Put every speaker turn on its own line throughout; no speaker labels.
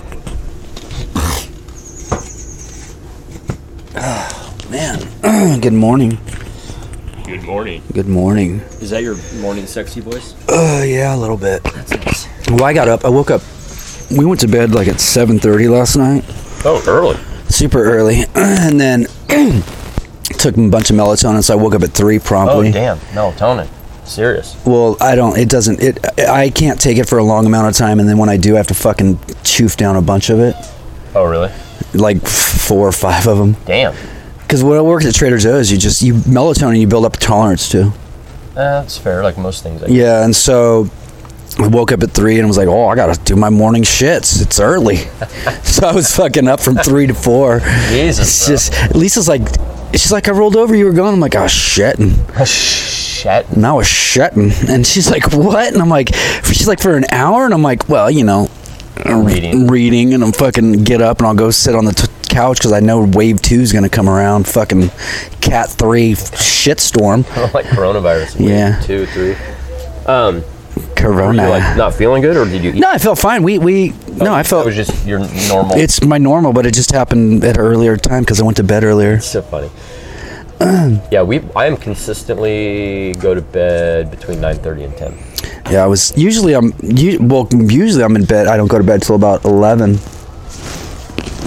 Good morning.
Good morning.
Good morning.
Is that your morning sexy voice?
Uh, yeah, a little bit.
That's nice.
Well, I got up. I woke up. We went to bed like at 7:30 last night,
Oh, early.
super early, and then took a bunch of melatonin. So I woke up at three
Oh,
promptly.
damn. Melatonin. Serious.
Well, I don't. It doesn't. It. I can't take it for a long amount of time, and then when I do, I have to fucking choof down a bunch of it,
Oh, really?
like f- four or five of them.
Damn.
Because when I worked at Trader Joe's, you just you melatonin you build up a tolerance to.
Uh, that's fair, like most things. I guess.
Yeah, and so I woke up at three and was like, "Oh, I gotta do my morning shits. It's early." so I was fucking up from three to four.
Jesus,
It's
bro.
just Lisa's like, she's like, "I rolled over, you were gone." I'm like, "Oh shit," and
Shit.
now was shutting, and she's like, "What?" And I'm like, "She's like for an hour," and I'm like, "Well, you know." I'm
Reading.
reading, and I'm fucking get up and I'll go sit on the t- couch because I know wave two's gonna come around. Fucking cat three shitstorm,
like coronavirus.
Mm. Yeah.
Two, three. Um, Were
corona.
you like not feeling good or did you eat?
No, I felt fine. We we no, I
It
felt
was just your normal.
it's my normal, but it just happened at an earlier time because I went to bed earlier.
so funny.
Um.
yeah, we. I am consistently go to bed between 9.30 and 10.
Yeah, I was usually I'm u- well usually I'm in bed. I don't go to bed till about eleven.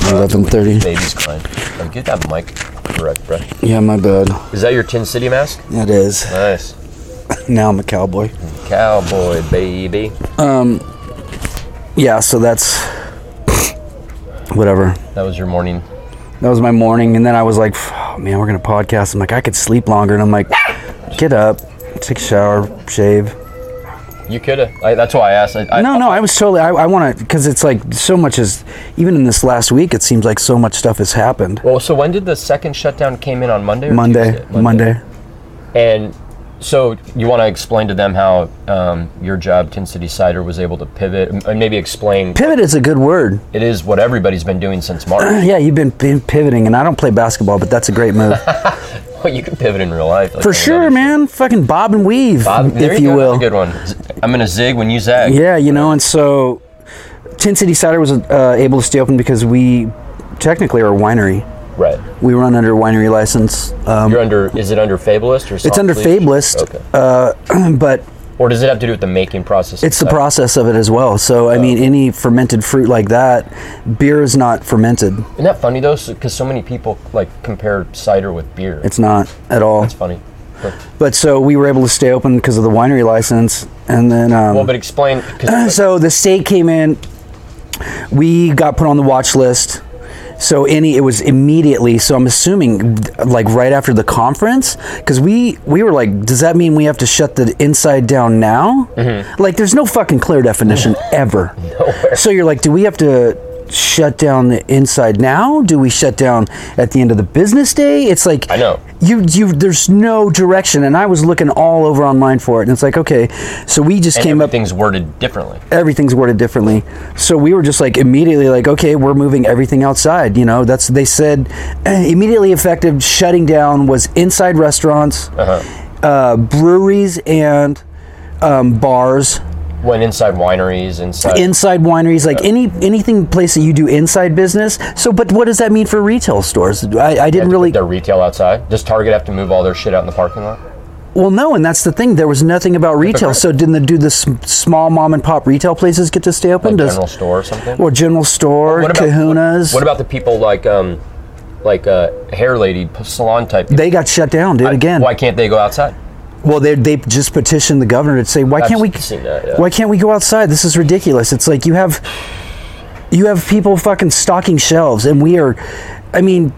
Eleven thirty.
Baby's crying. Like, get that mic correct, bro.
Yeah, my bad.
Is that your Tin City mask?
That is.
Nice.
Now I'm a cowboy.
Cowboy, baby.
Yeah, so that's whatever.
That was your morning.
That was my morning, and then I was like, "Oh, "Man, we're gonna podcast." I'm like, I could sleep longer, and I'm like, "Get up, take a shower, shave."
You could have. That's why I asked. I, I,
no, no, I was totally. I, I want to because it's like so much is even in this last week. It seems like so much stuff has happened.
Well, so when did the second shutdown came in on Monday? or
Monday,
Tuesday?
Monday.
And so you want to explain to them how um, your job, Tin City Cider, was able to pivot, m- and maybe explain
Pivot is a good word.
it is what everybody's been doing since March.
Yeah, you've been, been pivoting, and I don't play basketball, but that's a great move
well, you can pivot in real life. like
for
any
sure,
other-
man. Fucking bob and weave,
Bob, there
if you,
go, that's
will.
a good one. Z- I'm gonna zig when you zag.
Yeah, you know, and so Tin City Cider was uh, able to stay open because we technically are a winery.
Right.
We run under a winery license, um,
You're under. Is it under Fabulist or?
It's under
Softly?
Fabulist.
Oh, Okay.
but
or does it have to do with the making process?
It's the
itself?
process of it as well. So
Oh.
I mean, any fermented fruit like that, beer is not fermented.
Isn't that funny though? Because so, many people like compare cider with beer. It's
It's not at all.
funny. But,
But so we were able to stay open because of the winery license, and then um,
well, but explain. 'cause, like,
so the state came in. We got put on the watch list. So any it was immediately. So I'm assuming like right after the conference because we we were like, does that mean we have to shut the inside down now?
Mm-hmm.
Like, there's no fucking clear definition ever. So you're like, do we have to shut down the inside now? Do we shut down at the end of the business day? It's like
I know.
You you there's no direction, and I was looking all over online for it, and it's like okay, so we just
and
came up
everything's worded differently.
everything's worded differently. So we were just like immediately like, okay, we're moving everything outside. You know, that's they said eh, immediately effective shutting down was inside restaurants,
Uh-huh.
uh, breweries, and um, bars.
When inside wineries, inside.
Inside wineries,
Uh-huh.
like any anything place that you do inside business. So, but what does that mean for retail stores? I, I didn't really.
their retail outside. Does Target have to move all their shit out in the parking lot?
Well, no, and that's the thing. There was nothing about retail. So, didn't the, do the s- small mom and pop retail places get to stay open?
Like
does
general store or something?
or general store, Kahuna's?
What, about the people like um, like uh, hair lady p- salon type?
They got shut down, dude. again,
Why can't they go outside?
well, they they just petitioned the governor to say, why
I've
can't we?
seen that, yeah.
Why can't we go outside? This is ridiculous. It's like you have, you have people fucking stocking shelves, and we are. I mean,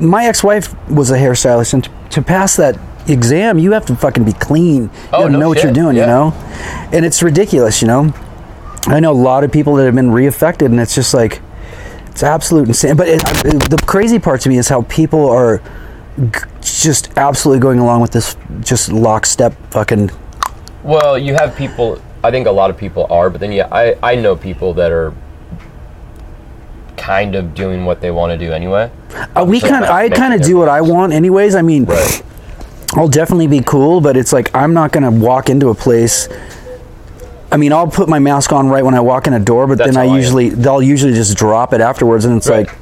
my ex-wife was a hairstylist, and to, to pass that exam, you have to fucking be clean. You
Oh,
have to
no
know what you're
shit,
doing, you
yeah.
know. And it's ridiculous, you know. I know a lot of people that have been reaffected, and it's just like it's absolute insane. But it, it- the crazy part to me is how people are g- just absolutely going along with this just lockstep fucking.
Well, you have people. I think a lot of people are, but then yeah, I I know people that are kind of doing what they want to do anyway.
Uh, we
So
kind of,
that
I
makes
kind
a
of do what I want, anyways. I mean,
Right.
I'll definitely be cool, but it's like I'm not gonna walk into a place. I mean, I'll put my mask on right when I walk in a door, but
That's
then I
how I am.
usually, they'll usually just drop it afterwards, and it's
Right.
like,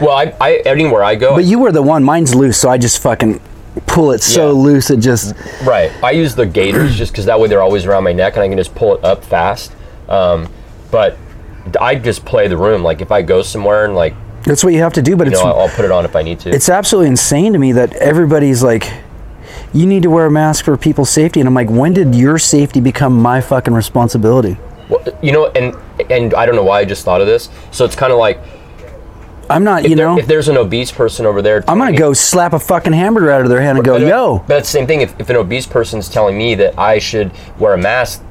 Well, I, I anywhere I go,
But you were the one. Mine's loose, so I just fucking pull it so
Yeah.
loose it just.
Right. I use the gaiters just because that way they're always around my neck and I can just pull it up fast. Um, but I just play the room. Like if I go somewhere and like,
That's what you have to do. But
you
it's
know, I'll put it on if I need to.
it's absolutely insane to me that everybody's like, you need to wear a mask for people's safety, and I'm like, when did your safety become my fucking responsibility?
Well, you know, and and I don't know why I just thought of this. So it's kind of like
I'm not, you
there-
know.
if there's an obese person over there,
I'm gonna go slap a fucking hamburger out of their hand and go,
But-
yo.
But it's the same thing. If, if an obese person's telling me that I should wear a mask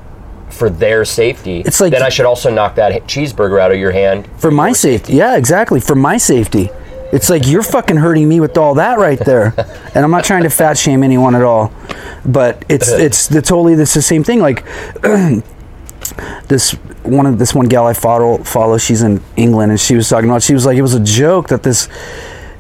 for their safety,
It's like-
then I should also knock that cheeseburger out of your hand.
For my safety. Yeah, exactly. For my safety. It's like you're fucking hurting me with all that right there. and I'm not trying to fat shame anyone at all. But it's it's the totally it's the same thing. Like this one of this one gal I follow follow, she's in England and she was talking about she was like it was a joke that this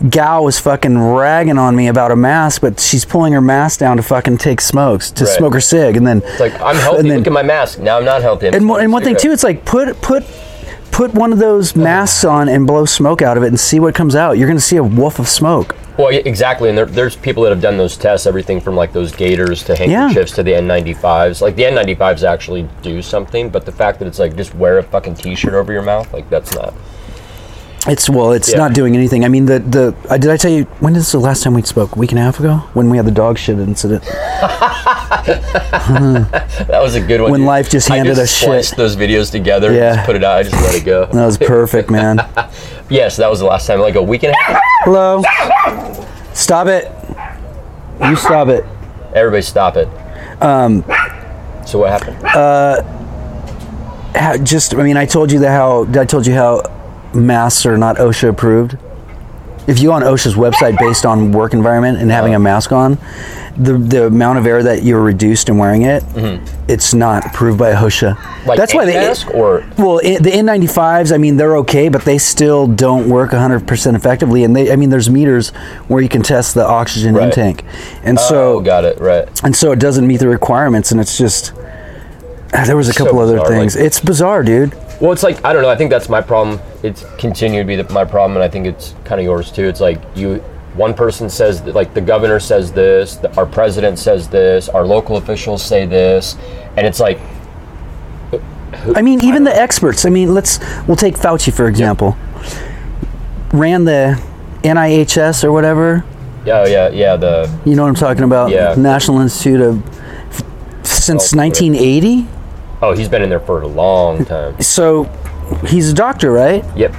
gal was fucking ragging on me about a mask, but she's pulling her mask down to fucking take smokes to
Right.
smoke her cig and then
It's like I'm healthy.
And then-
look at my mask. Now I'm not healthy. I'm
and, mo-
smoking
and one thing
cigarettes.
too, it's like put put put one of those masks on and blow smoke out of it and see what comes out. You're gonna see a wolf of smoke.
Well, yeah, exactly, and there, there's people that have done those tests, everything from like those gaiters to handkerchiefs to the N95s. Like the N95s actually do something, but the fact that it's like just wear a fucking T-shirt over your mouth, like that's not.
It's well, it's
Yeah.
not doing anything. I mean, the the I, did I tell you when is the last time we spoke? A week and a half ago when we had the dog shit incident.
That was a good one.
When
dude.
life just handed
I just
us shit.
sliced those videos together,
Yeah.
yeah. just put it out, I just let it go.
That was perfect, man.
Yeah, so that was the last time, like a week and a half.
Hello. Stop it. You stop it.
Everybody, stop it. Um. So what happened?
How, just I mean, I told you that how I told you how masks are not OSHA approved. If you go on OSHA's website based on work environment and having a
Uh-huh.
mask on, the the amount of air that you're reduced in wearing it, it's not approved by OSHA.
Mm-hmm. Like
That's why
any
they
mask or
well, i the N95s, I mean, they're okay, but they still don't work 100% effectively. And they, I mean, there's meters where you can test the oxygen
Right.
intake, and so
oh, got it right.
and so it doesn't meet the requirements. And it's just ah, there was a
So
couple other
bizarre, like-
things. it's bizarre, dude.
Well, it's like I don't know. I think that's my problem. It's continued to be the, my problem, and I think it's kind of yours too. It's like you, one person says that, like the governor says this, the, our president says this, our local officials say this, and it's like
I mean, even the experts. I mean, let's we'll take Fauci for example. Ran the NIHS or whatever.
yeah, oh, yeah, yeah. The
You know what I'm talking about?
Yeah.
National Institute of since
Healthcare.
1980.
oh, he's been in there for a long time.
So he's a doctor, right?
Yep.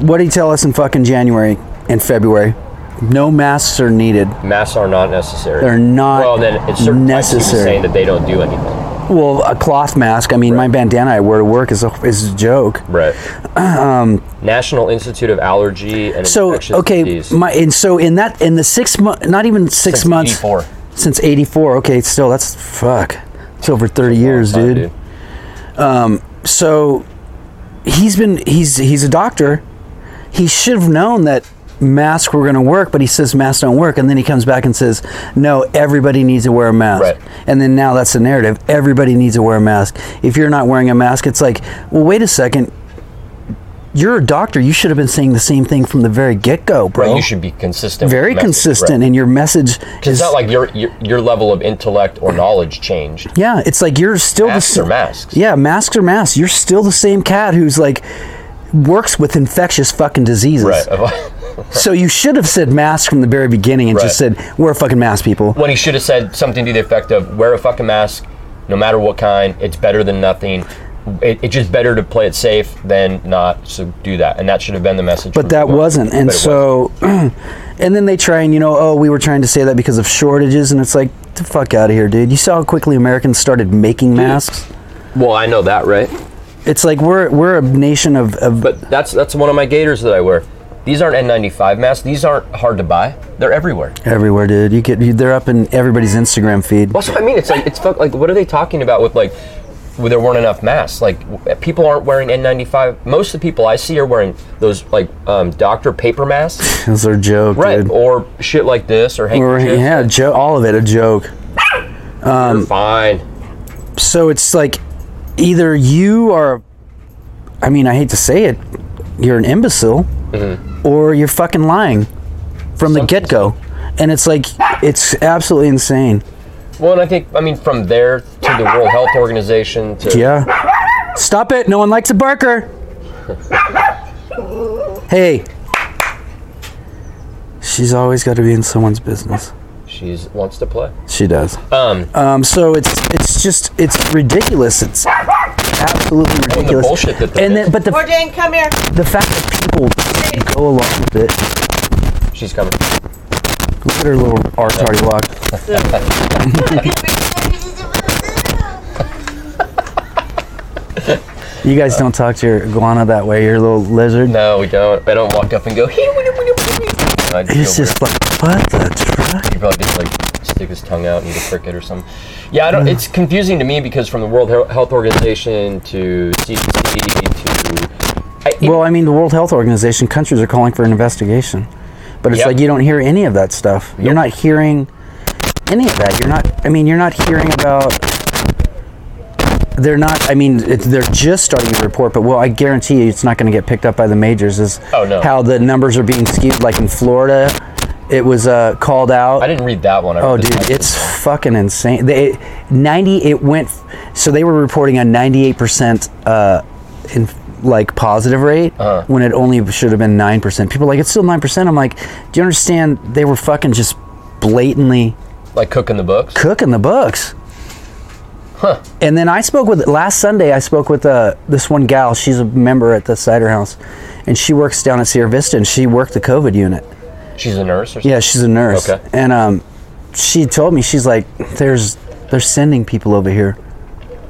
What did he tell us in fucking January and February? No masks are needed.
Masks are not necessary.
They're not
Well, then it's certain types of people
necessary.
saying that they don't do anything.
Well, a cloth mask. I mean, my bandana I wear to work is a, is a joke.
Right. Um, National Institute of Allergy and
So
Infectious
okay,
Disease.
my and so in that in the six month, not even six
Since
months.
84.
Since 84. Okay, still, that's fuck. It's over 30 years,
Fine,
dude. So he's been, he's, he's a doctor. He should have known that masks were going to work, but he says masks don't work. And then he comes back and says, no, everybody needs to wear a mask.
Right.
And then now that's the narrative. Everybody needs to wear a mask. If you're not wearing a mask, it's like, well, wait a second. You're a doctor. You should have been saying the same thing from the very get go, bro.
Right, you should be consistent. with
very
the message,
consistent,
right.
and your message
It's
is
not like your, your your level of intellect or knowledge changed.
Yeah, it's like you're still
Masks
the
are masks.
Yeah, masks are masks. You're still the same cat who's like works with infectious fucking diseases.
Right.
So you should have said mask from the very beginning and just
Right.
said wear a fucking mask, people.
when he should have said something to the effect of wear a fucking mask, no matter what kind. It's better than nothing. It, it's just better to play it safe than not. So do that, and that should have been the message.
But that wasn't, and so, and then they try and you know, oh, we were trying to say that because of shortages, and it's like the fuck out of here, dude. You saw how quickly Americans started making masks.
well, I know that, right?
It's like we're we're a nation of, of
But that's that's one of my gaiters that I wear. These aren't N95 masks. These aren't hard to buy. They're everywhere.
everywhere, dude. You get you, they're up in everybody's Instagram feed.
That's what I mean. It's like it's fuck, like what are they talking about with like where there weren't enough masks? Like w- people aren't wearing N95. Most of the people I see are wearing those like um, doctor paper masks,
Those are joke,
right?
dude.
Or shit like this or
Or,
handkerchiefs.
yeah, jo- all of it a joke.
You're fine.
So it's like either you are, I mean, I hate to say it, you're an imbecile, or you're fucking lying from the
Something's-
get go. And it's like, it's absolutely insane.
Well, and I think I mean from there to the World Health Organization to
Yeah. Stop it. No one likes a barker. hey. She's always got to be in someone's business.
she's wants to play.
She does.
Um,
Um, so it's it's just it's ridiculous. It's absolutely ridiculous.
bullshit that that
and
is.
then, but the
Bourdain, come here.
the fact that people go along with it.
she's coming.
Look at her little artardy walk. You guys don't talk to your iguana that way. Your little lizard.
No, we don't. I don't walk up and go. "Hey, what do you- what do you- what do you-" I'd feel
It's just like what the truck.
He probably just like stick his tongue out and eat a cricket or something. Yeah, I don't.
Mm.
It's confusing to me because from the World Hel- Health Organization to CDC to I, it-
Well, I mean, the World Health Organization countries are calling for an investigation, but it's
Yep.
like you don't hear any of that stuff. You're
Nope.
not hearing any of that. You're not. I mean, you're not hearing about. They're not. I mean, it, they're just starting to report, but well, I guarantee you, it's not going to get picked up by the majors. Is
Oh, no.
how the numbers are being skewed. Like in Florida, it was uh, called out.
I didn't read that one. I
Oh,
read this
dude,
next
it's fucking insane. They, 90, it went, so they were reporting a 98% uh, in, like positive rate when it only should have been 9%. People are like, it's still 9%. I'm like, do you understand? They were fucking just blatantly
one. like cooking the books.
cooking the books.
Huh.
And then I spoke with last Sunday. I spoke with uh, this one gal. She's a member at the cider house, and she works down at Sierra Vista, and she worked the COVID unit.
She's a nurse or something.
Yeah, she's a nurse.
Okay.
And um, she told me she's like, there's they're sending people over here.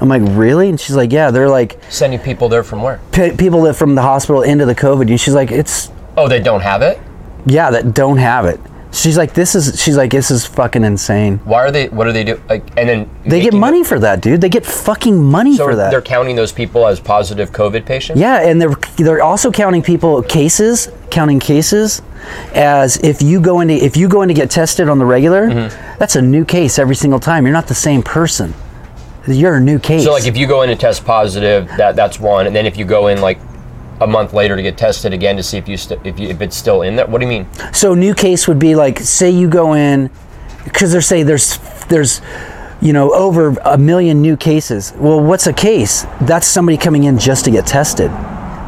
I'm like, really? And she's like, yeah, they're like
Sending people there from where?
p- people that from the hospital into the COVID. And she's like, it's
Oh, they don't have it.
yeah, that don't have it. She's like, this is she's like, this is fucking insane.
Why are they? What do they do? Like, and then
They get
making-
money for that, dude. They get fucking money
So
for that.
they're counting those people as positive COVID patients.
Yeah, and they're they're also counting people cases, counting cases as if you go into if you go in to get tested on the regular,
Mm-hmm.
that's a new case every single time. You're not the same person. You're a new case.
So like, if you go in and test positive, that that's one. And then if you go in like a month later to get tested again to see if you st- if you, if it's still in there. What do you mean?
So new case would be like, say you go in, because they're saying there's there's, you know, over a million new cases. Well, what's a case? That's somebody coming in just to get tested.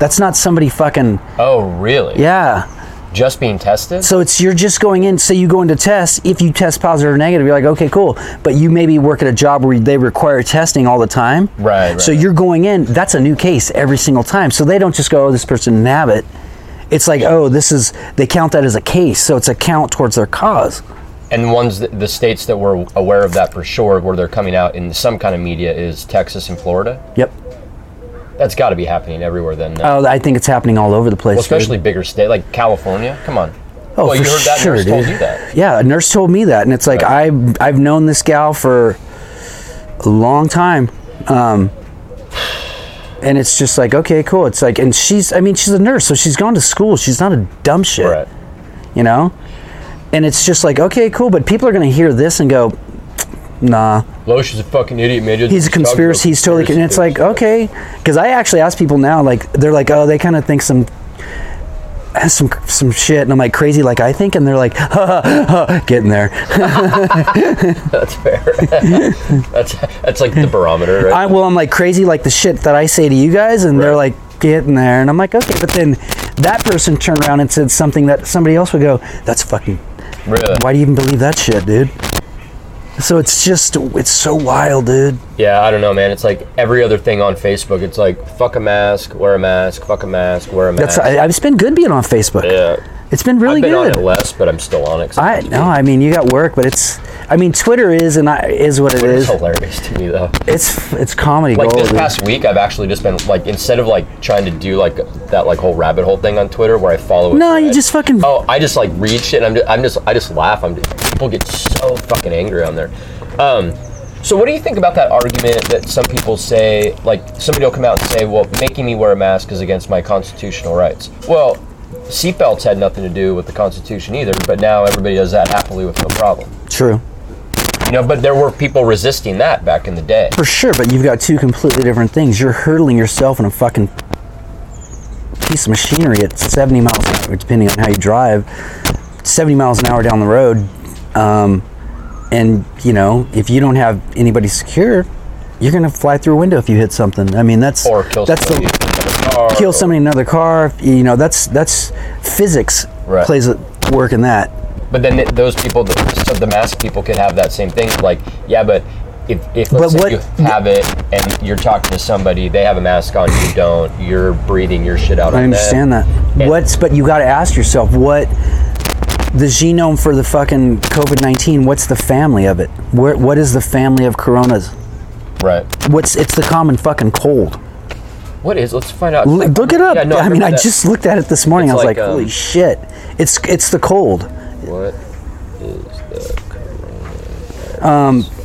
That's not somebody fucking
Oh, really?
yeah.
Just being tested.
So it's you're just going in. Say you go into test. If you test positive or negative, you're like, okay, cool. But you maybe work at a job where they require testing all the time.
Right, right,
So
right.
you're going in. That's a new case every single time. So they don't just go, oh, this person didn't have it. It's like, oh, this is they count that as a case. So it's a count towards their cause.
and ones that, the states that were aware of that for sure, where they're coming out in some kind of media, is Texas and Florida.
Yep.
That's got to be happening everywhere then. no?
Oh, I think it's happening all over the place.
well,
dude.
especially bigger state like California. Come on.
Oh,
well,
for
you heard that
sure,
nurse told
dude.
you that.
Yeah, a nurse told me that, and it's like I I've, known this gal for a long time, um, and it's just like okay, cool. It's like, and she's I mean she's a nurse, so she's gone to school. She's not a dumb shit,
Right.
you know. And it's just like okay, cool, but people are gonna hear this and go, nah,
Loesch is a fucking idiot, man.
he's a conspiracy. He's totally. And it's like okay, because I actually ask people now, like they're like, oh, they kind of think some. Some some shit, and I'm like crazy, like I think, and they're like, ha, ha, ha, getting there.
That's fair. that's that's like the barometer, right?
I well, I'm like crazy, like the shit that I say to you guys, and they're
Right.
like getting there, and I'm like okay, but then that person turned around and said something that somebody else would go, that's fucking.
Really?
Why do you even believe that shit, dude? So it's just it's so wild, dude.
Yeah, I don't know, man. It's like every other thing on Facebook. It's like fuck a mask, wear a mask, fuck a mask, wear a mask.
That's I, it's been good being on Facebook.
yeah.
It's been really
I've been
good.
on it less, but I'm still on it. 'cause
I no, I mean you got work, but it's I mean Twitter is and I is what it
It's
is.
hilarious to me though.
It's it's comedy
Like
gold.
this
dude.
past week, I've actually just been like instead of like trying to do like that like whole rabbit hole thing on Twitter where I follow. a
No, you
thread.
just fucking-
Oh, I just like read shit. And I'm just, I'm just I just laugh. I'm just, people get so fucking angry on there. Um, so what do you think about that argument that some people say like somebody will come out and say, well, making me wear a mask is against my constitutional rights. Well, seatbelts had nothing to do with the Constitution either, but now everybody does that happily with no problem.
True.
You know, but there were people resisting that back in the day.
For sure, but you've got two completely different things. You're hurtling yourself in a fucking piece of machinery at 70 miles an hour, depending on how you drive, 70 miles an hour down the road. Um, and, you know, if you don't have anybody secure, you're going to fly through a window if you hit something. I mean, that's
or kill
that's
somebody.
the,
with a car
kill
or-
somebody in another car. You know, that's that's physics
Right.
plays a work in that.
But then th- those people, th- so the mask people could have that same thing. Like, yeah, but if, if
But
let's say
what-
you have it and you're talking to somebody, they have a mask on, you don't, you're breathing your shit out
I
on them.
understand that.
And-
What's but you got to ask yourself what the genome for the fucking COVID nineteen. What's the family of it? Where, what is the family of coronas?
Right.
What's it's the common fucking cold.
What is, let's find out.
L- look it up.
Yeah, no,
I mean,
remember
I
that.
just looked at it this morning.
It's
I was like,
like, um,
holy shit! It's it's the cold.
What is the.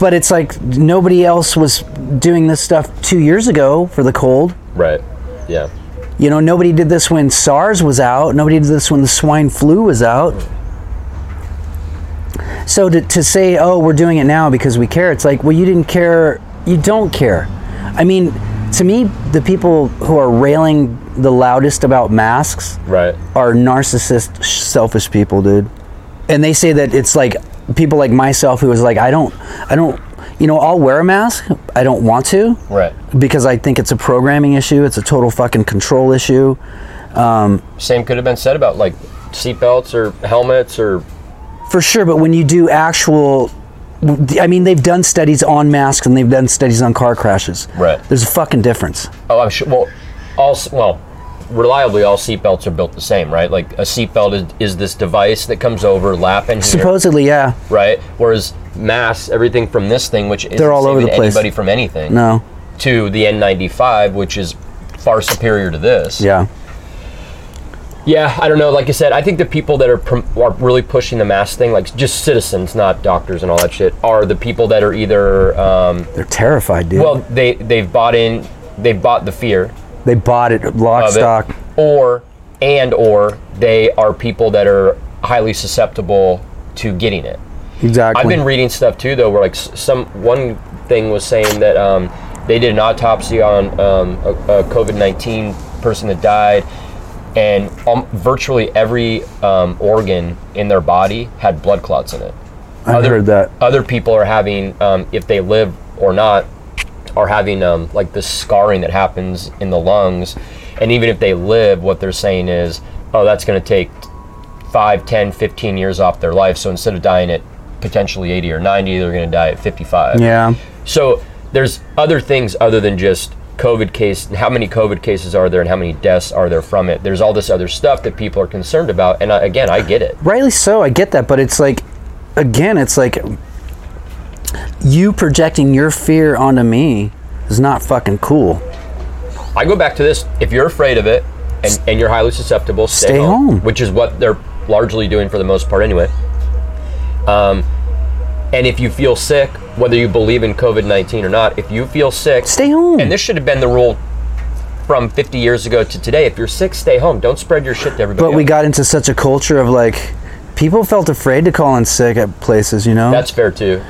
But it's like nobody else was doing this stuff two years ago for the cold.
Right. Yeah.
You know, nobody did this when SARS was out. Nobody did this when the swine flu was out. So to, to say, oh, we're doing it now because we care, it's like, well, you didn't care. You don't care. I mean, to me, the people who are railing the loudest about masks
Right.
are narcissist, selfish people, dude. And they say that it's like people like myself who is like, I don't, I don't, you know, I'll wear a mask. I don't want to
Right.
because I think it's a programming issue. It's a total fucking control issue.
Same could have been said about like seatbelts or helmets or.
For sure, but when you do actual I mean, they've done studies on masks and they've done studies on car crashes.
Right.
There's a fucking difference.
Oh, I'm sure. Well, all s- well, reliably, all seatbelts are built the same, right? Like a seatbelt is, is this device that comes over, lap in here,
Supposedly, yeah.
right? Whereas masks, everything from this thing, which isn't
They're all over
saving
the place.
anybody from anything,
No.
to the N95, which is far superior to this.
Yeah.
Yeah, I don't know. Like I said, I think the people that are prom- are really pushing the mask thing, like just citizens, not doctors and all that shit, are the people that are either um,
They're terrified, dude.
well, they they've bought in, they've bought the fear,
they bought it lock
of it,
stock.
or and or they are people that are highly susceptible to getting it.
Exactly.
I've been reading stuff too, though, where like s- some one thing was saying that um, they did an autopsy on um, a, a COVID nineteen person that died, and um, virtually every um, organ in their body had blood clots in it.
I've
other-
heard that.
Other people are having, um, if they live or not, are having um, like this scarring that happens in the lungs, and even if they live, what they're saying is, oh, that's going to take 5, 10, 15 years off their life. So instead of dying at potentially 80 or 90, they're going to die at 55.
Yeah.
So there's other things other than just COVID case. How many COVID cases are there, and how many deaths are there from it? There's all this other stuff that people are concerned about, and I, again, I get it.
Rightly so, I get that, but it's like again, it's like you projecting your fear onto me is not fucking cool.
I go back to this: if you're afraid of it and, and you're highly susceptible, stay,
Stay
home,
home.
which is what they're largely doing for the most part, anyway. Um, and if you feel sick, whether you believe in COVID nineteen or not, if you feel sick,
Stay home.
And this should have been the rule from 50 years ago to today. If you're sick, stay home. Don't spread your shit to everybody.
But we
else.
got into such a culture of like, people felt afraid to call in sick at places, you know,
that's fair too.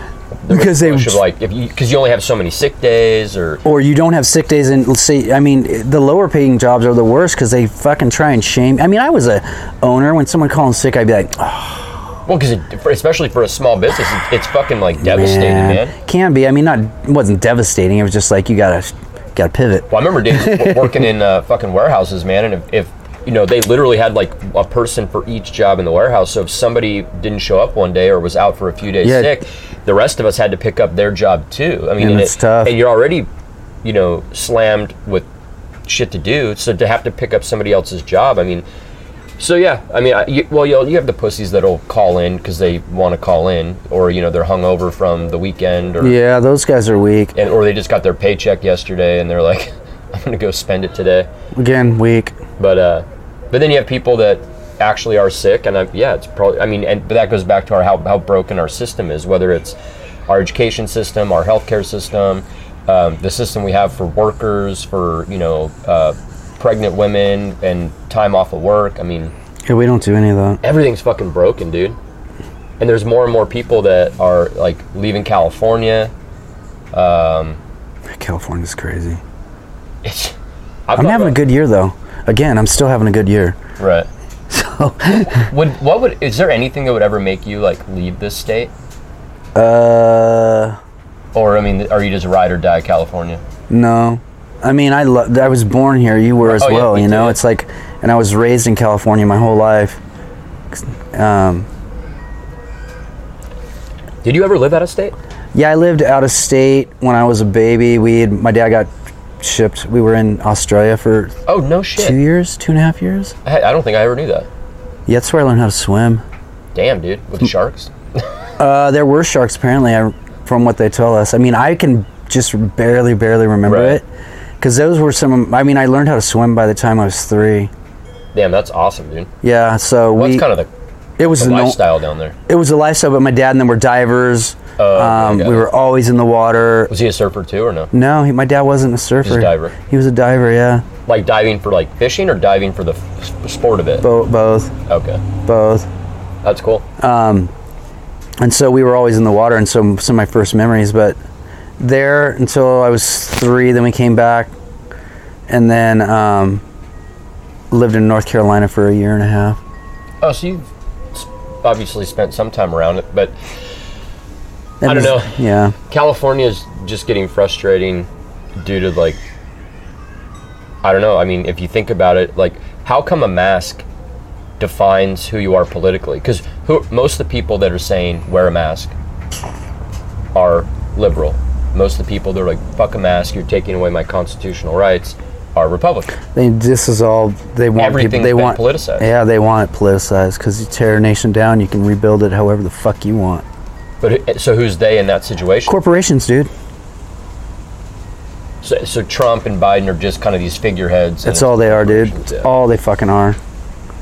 because they
Should like if you because you only have so many sick days or
or you don't have sick days. And let's say, I mean, the lower paying jobs are the worst because they fucking try and shame. I mean, I was a owner when someone called in sick, I'd be like, oh,
well because especially for a small business it, it's fucking like devastating man.
man, can be. I mean, not it wasn't devastating. It was just like you gotta gotta pivot.
Well, I remember dudes w- working in uh, fucking warehouses, man, and if, if you know they literally had like a person for each job in the warehouse. So if somebody didn't show up one day or was out for a few days
Yeah.
sick, the rest of us had to pick up their job too. I mean,
And it's
it-
tough.
and you're already, you know, slammed with shit to do. So to have to pick up somebody else's job, I mean. So yeah, I mean, I, you, well, you'll, you have the pussies that'll call in because they want to call in, or you know they're hungover from the weekend, or
Yeah, those guys are weak.
and or they just got their paycheck yesterday and they're like, I'm gonna go spend it today.
Again, weak.
But uh, but then you have people that actually are sick, and I, yeah, it's probably. I mean, and but that goes back to our how how broken our system is, whether it's our education system, our healthcare system, um, the system we have for workers, for you know. Uh, pregnant women and time off of work i mean
Yeah, we don't do any of that.
everything's fucking broken dude and there's more and more people that are like leaving california
California's crazy.
it's
I'm having a good year though. again, I'm still having a good year.
Right.
So,
Would what would is there anything that would ever make you like leave this state?
uh,
Or I mean, are you just ride or die California?
no. I mean, I lo- I was born here. You were as
Oh, yeah,
well.
me
you know,
too.
it's like, and I was raised in California my whole life. Um,
Did you ever live out of state?
yeah, I lived out of state when I was a baby. We had, my dad got shipped. We were in Australia for
Oh no
two
shit!
years, two and a half years.
I, I don't think I ever knew that.
Yeah, that's where I learned how to swim.
Damn, dude, with sharks.
Uh, there were sharks apparently, I, from what they tell us. I mean, I can just barely, barely remember
Right.
it because those were some. of- I mean, I learned how to swim by the time I was three.
Damn, that's awesome, dude.
Yeah, so
Well,
we.
that's kind of
it was
the, the
a no-
lifestyle down there.
it was a lifestyle, but my dad and them were divers.
Oh,
um,
okay.
we were always in the water.
Was he a surfer too, or no?
No, he, my dad wasn't a surfer.
diver.
He was a diver. Yeah,
Like diving for like fishing, or diving for the f- sport of it?
Bo- both,
Okay,
both.
that's cool.
and so we were always in the water and so some of my first memories but there until i was three then we came back and then um, lived in north carolina for a year and a half
Oh, so you've s- obviously spent some time around it, but
And
I don't know.
this- yeah
California is just getting frustrating due to like I don't know. I mean, if you think about it, like how come a mask defines who you are politically? Because who most of the people that are saying wear a mask are liberal. Most of the people that are like fuck a mask, you're taking away my constitutional rights, are Republican.
they, this is all they want people
Everything's
they
been
want
politicized.
yeah they want it politicized because you tear a nation down you can rebuild it however the fuck you want
But who- so who's they in that situation?
corporations dude
so, so Trump and Biden are just kind of these figureheads. and
That's all they are, dude. It's
corporations, yeah.
all they fucking are.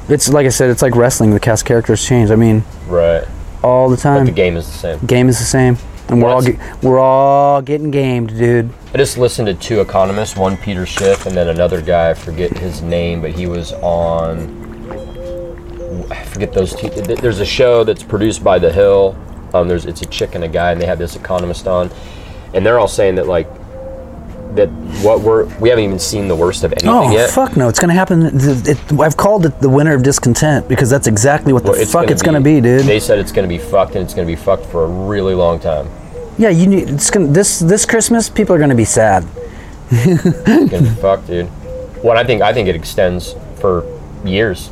It's like I said, it's like wrestling. The cast characters change. I mean,
Right.
all the time.
The game is the same.
game is the same, and we're all
Yes.
ge- we're all getting gamed, dude.
I just listened to two economists, one Peter Schiff, and then another guy. I forget his name, but he was on. I forget those two. th- There's a show that's produced by The Hill. Um, there's it's a chick and a guy, and they have this economist on, and they're all saying that like that what we're we haven't even seen the worst of anything
Oh
yet.
fuck no! It's gonna happen. Th- It, I've called it the winter of discontent because that's exactly what the
Well,
fuck it's gonna be, dude.
They said it's gonna be fucked, and it's gonna be fucked for a really long time.
yeah, you need. It's gonna this this Christmas. People are gonna be sad.
It's gonna be fucked, dude. What I think I think it extends for years.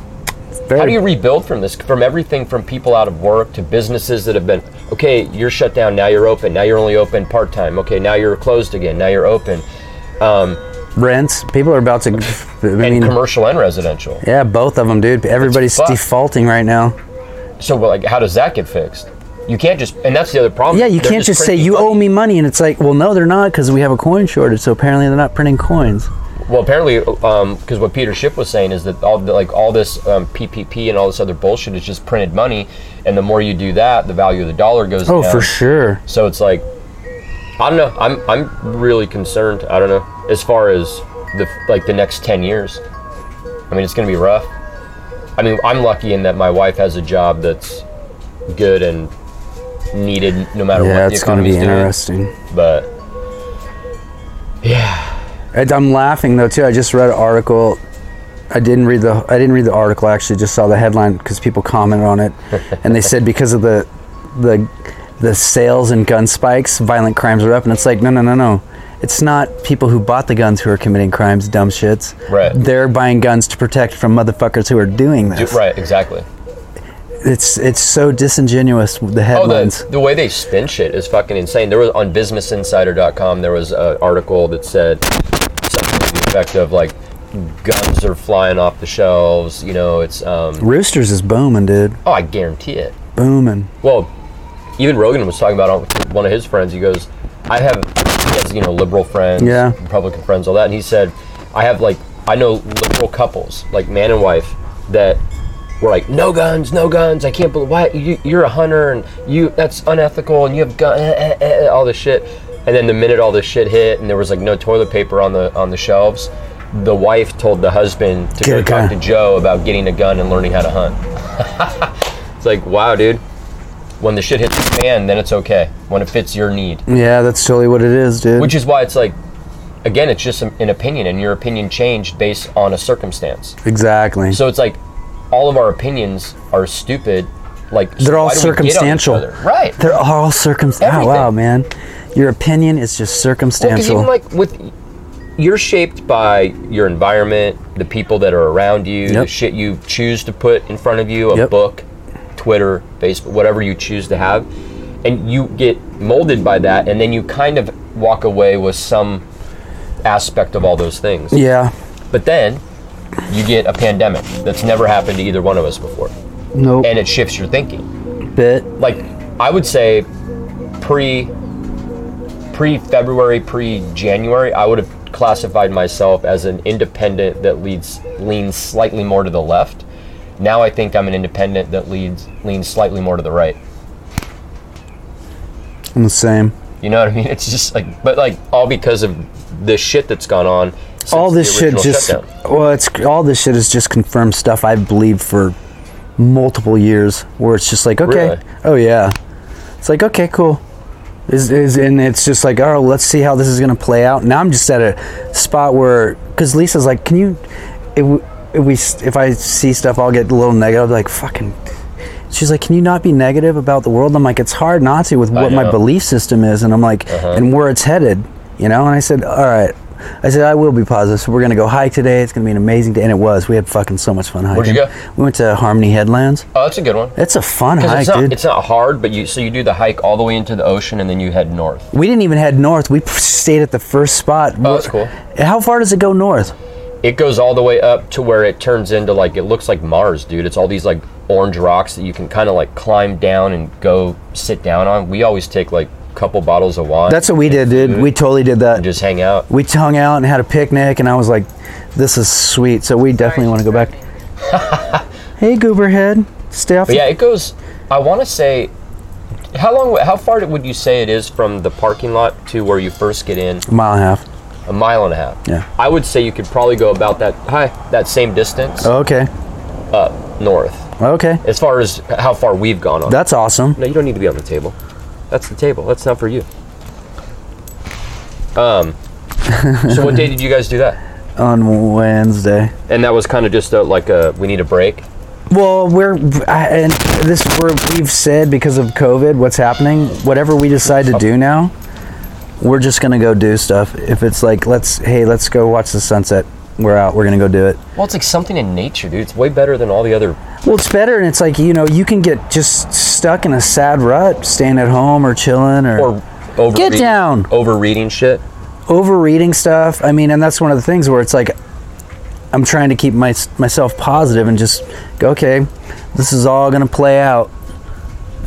Very,
How do you rebuild from this? From everything from people out of work to businesses that have been, okay, you're shut down, now you're open, now you're only open part time, okay, now you're closed again, now you're open. Um,
rents? People are about to. I
and
mean,
commercial and residential.
yeah, both of them, dude. Everybody's
fucked.
defaulting right now.
So, well, like, how does that get fixed? You can't just, and that's the other problem.
Yeah, you
They're
can't just, say
printing
you owe
money.
me money, and it's like, well, no, they're not because we have a coin shortage. So apparently, they're not printing coins.
Well, apparently, because what Peter Schiff was saying is that all the, like all this um, PPP and all this other bullshit is just printed money, and the more you do that, the value of the dollar goes
Oh,
down.
for sure.
So it's like, I don't know. I'm I'm really concerned. I don't know as far as the like the next ten years. I mean, it's gonna be rough. I mean, I'm lucky in that my wife has a job that's good and needed no matter
Yeah,
what the
it's gonna
economy's
be
doing.
interesting.
But yeah,
I- I'm laughing though too. I just read an article. I didn't read the I didn't read the article. I actually just saw the headline because people commented on it, and they said because of the the the sales and gun spikes, violent crimes are up. And it's like no no no no. It's not people who bought the guns who are committing crimes, dumb shits.
Right.
They're buying guns to protect from motherfuckers who are doing
d-
this.
right, exactly.
It's it's so disingenuous. The
Oh,
headlines.
the, the way they spin shit is fucking insane. There was on BusinessInsider.com. There was an article that said something to the effect of like guns are flying off the shelves. You know, it's um,
Roosters is booming, dude.
oh, I guarantee it.
Booming.
Well, even Rogan was talking about it with one of his friends. He goes, I have, he has, you know, liberal friends,
Yeah.
Republican friends, all that. And he said, I have like, I know liberal couples, like man and wife, that were like, no guns, no guns. I can't believe why you, you're a hunter and you that's unethical and you have gun, eh, eh, eh, all this shit. And then the minute all this shit hit and there was like no toilet paper on the on the shelves, the wife told the husband to
Get
go
a gun.
talk to Joe about getting a gun and learning how to hunt. It's like, wow, dude. When the shit hits the fan, then it's okay. When it fits your need,
Mm. Yeah, that's totally what it is, dude.
which is why it's like, again, it's just an an opinion, and your opinion changed based on a circumstance.
Exactly.
So it's like all of our opinions are stupid. Like so
They're all
why do we get on each
circumstantial.
other? right?
They're all circumstantial. Oh,
Everything.
wow, man. Your opinion is just
Because
circumstantial.
even like with, you're shaped by your environment, the people that are around you, the
Yep.
shit you choose to put in front of you, a
Yep.
book, Twitter, Facebook, whatever you choose to have, and you get molded by that, and then you kind of walk away with some aspect of all those things.
yeah.
But then you get a pandemic that's never happened to either one of us before,
Nope.
and it shifts your thinking.
bit.
Like I would say, pre pre February, pre January, I would have classified myself as an independent that leads leans slightly more to the left. Now I think I'm an independent that leads leans slightly more to the right.
I'm the same.
You know what I mean? It's just like, but like all because of the shit that's gone on. Since
all
the
this shit
original
just
shutdown.
well it's all this shit is just confirmed stuff i've believed for multiple years where it's just like okay
Really?
oh yeah it's like okay cool is, is and it's just like oh let's see how this is gonna play out now i'm just at a spot where because lisa's like can you if, w- if we s- if i see stuff i'll get a little negative I'll be like fucking she's like can you not be negative about the world i'm like it's hard not to with what my
know. Uh-huh.
belief system is and i'm like and where it's headed you know and i said all right i said i will be positive so we're gonna go hike today it's gonna be an amazing day and it was we had fucking so much fun hiking
you go?
we went to harmony headlands
Oh, that's a good one.
it's a fun hike
It's not,
dude
it's not hard, but you so you do the hike all the way into the ocean and then you head north.
We didn't even head north. We stayed at the first spot.
Oh, that's cool.
How far does it go north?
It goes all the way up to where it turns into like it looks like Mars, dude. It's all these like orange rocks that you can kind of like climb down and go sit down on. We always take like a couple bottles of wine.
That's what we did, dude. We totally did that.
and just hang out.
we hung out and had a picnic, and I was like, "This is sweet." So we definitely want to go back. hey, Gooberhead, stay off.
But yeah, it goes. I want to say, how long? How far would you say it is from the parking lot to where you first get in?
a mile and a half.
A mile and a half.
Yeah.
I would say you could probably go about that. Hi, that same distance
Okay,
up north.
okay,
As far as how far we've gone on.
that's awesome.
No, you don't need to be on the table. That's the table. That's not for you. Um. so what day did you guys do that?
On Wednesday.
And that was kind of just a, like a we need a break.
Well, we're I, and this we're, we've said because of COVID, what's happening. Whatever we decide to do now, we're just gonna go do stuff. If it's like, let's hey, let's go watch the sunset. We're out. We're gonna go do it.
Well, it's like something in nature, dude. It's way better than all the other.
Well, it's better, and it's like you know you can get just stuck in a sad rut, staying at home or chilling or,
Or over
Get down.
Overreading shit.
overreading stuff. I mean, and that's one of the things where it's like I'm trying to keep my, myself positive and just go, okay, this is all gonna play out.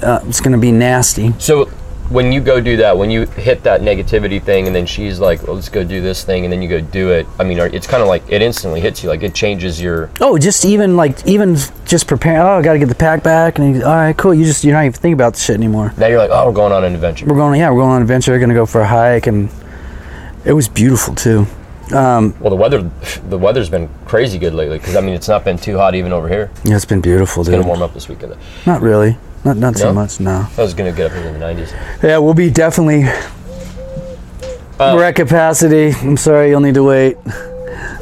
Uh, it's gonna be nasty.
So when you go do that, when you hit that negativity thing, and then she's like, well, "Let's go do this thing," and then you go do it. I mean, are- it's kind of like it instantly hits you. Like it changes your.
Oh, just even like even just preparing. Oh, I got to get the pack back, and you- all right, cool. You just you're not even thinking about the shit anymore.
Now you're like, "Oh, we're going on an adventure."
We're going, yeah, we're going on an adventure. We're gonna go for a hike, and it was beautiful too.
Well, the weather, the weather's been crazy good lately. Because I mean, it's not been too hot even over here.
Yeah, it's been beautiful, dude.
gonna warm up this weekend. though.
Not really, not not so
No?
much, no.
I was gonna get up into the 90s.
Yeah, we'll be definitely. we're at capacity. I'm sorry, you'll need to wait.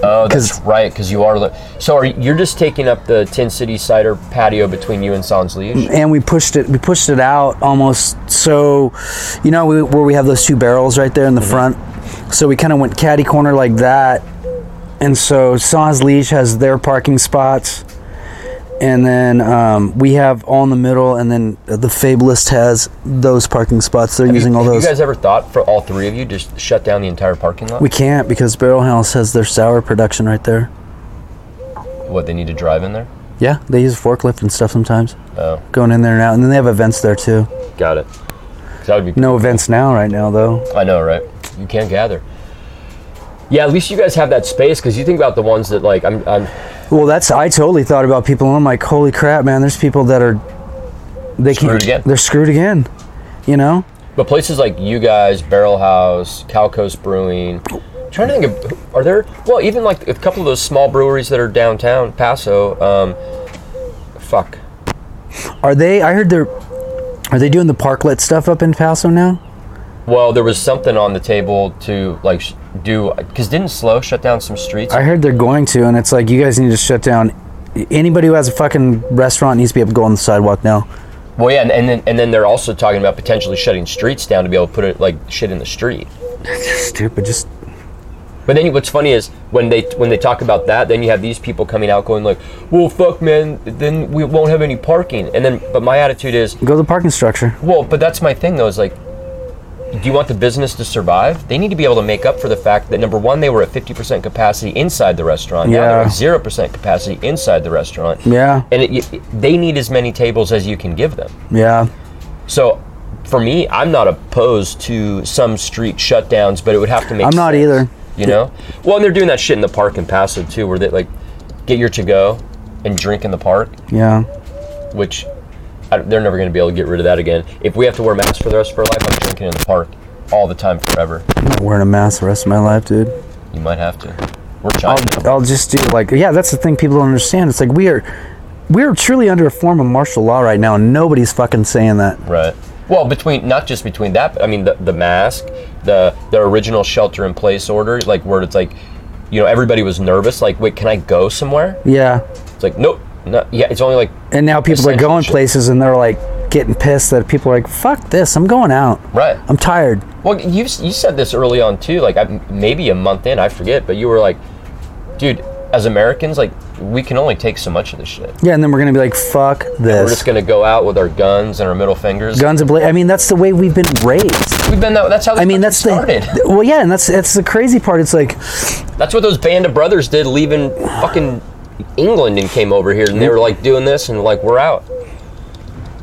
Oh, that's
'Cause-
right, because you are. Li- so are you, you're just taking up the Tin City Cider patio between you and Sans Liège?
And we pushed it. We pushed it out almost. So, you know, we, where we have those two barrels right there in the
Mm-hmm.
front. So we kind of went caddy corner like that, and so Sans Liege has their parking spots, and then um, we have all in the middle, and then the Fabulist has those parking spots. They're using
you,
all
have
those.
You guys ever thought for all three of you just shut down the entire parking lot?
we can't because Barrel House has their sour production right there.
what they need to drive in there?
Yeah, they use forklift and stuff sometimes.
Oh,
Going in there now, and then they have events there too.
got it. 'Cause That would be.
No events now, right now though.
I know, right? You can't gather. Yeah, at least you guys have that space because you think about the ones that like I'm. I'm
Well, that's I totally thought about people, and I'm like, holy crap, man! There's people that are they
Screwed
can't.
again.
They're screwed again. You know,
but places like you guys, Barrel House, Cal Coast Brewing. Trying to think of are there well even like a couple of those small breweries that are downtown Paso. Um, fuck,
are they? I heard they're. Are they doing the parklet stuff up in Paso now?
Well, there was something on the table to like sh- do because didn't Slow shut down some streets?
I heard they're going to, and it's like you guys need to shut down. Anybody who has a fucking restaurant needs to be able to go on the sidewalk now.
well, yeah, and, and then and then they're also talking about potentially shutting streets down to be able to put it like shit in the street.
Stupid. Just
But then what's funny is when they when they talk about that, then you have these people coming out going like, "Well, fuck, man, then we won't have any parking." And then, but my attitude is,
go to the parking structure.
well, but that's my thing though. Is like, do you want the business to survive? They need to be able to make up for the fact that number one, they were at fifty percent capacity inside the restaurant. Now they're
Yeah.
at zero percent capacity inside the restaurant.
Yeah.
And it, y they need as many tables as you can give them.
Yeah.
So. For me, I'm not opposed to some street shutdowns, but it would have to make
I'm not
sense.
either.
You know? Well, and they're doing that shit in the park in Paso too, where they like get your to go and drink in the park,
Yeah.
which I, they're never going to be able to get rid of that again. If we have to wear masks for the rest of our life, I'm drinking in the park all the time forever.
I'm not wearing a mask the rest of my life, dude.
You might have to. We're China.
I'll, I'll just do like yeah. That's the thing people don't understand. It's like we are we are truly under a form of martial law right now, and nobody's fucking saying that.
Right. Well, between not just between that, but I mean the, the mask, the the original shelter in place order, like where it's like, you know, everybody was nervous. Like, wait, can I go somewhere?
Yeah.
It's like, nope. No, yeah, it's only like
And now people are
Essential
going
shit.
places, and they're like getting pissed that people are like, "Fuck this! I'm going out.
right.
I'm tired."
Well, you you said this early on too. Like I, maybe a month in, I forget, but you were like, "Dude, as Americans, like we can only take so much of this shit.
Yeah, and then we're gonna be like, "Fuck
We're
this."
just gonna go out with our guns and our middle fingers."
Guns and bla- I mean, that's the way we've been raised.
We've been that. That's how. This
I mean, that's
started.
the well, yeah, and that's that's the crazy part. It's like,
That's what those band of brothers did, leaving fucking England and came over here, and they were like doing this, and like we're out.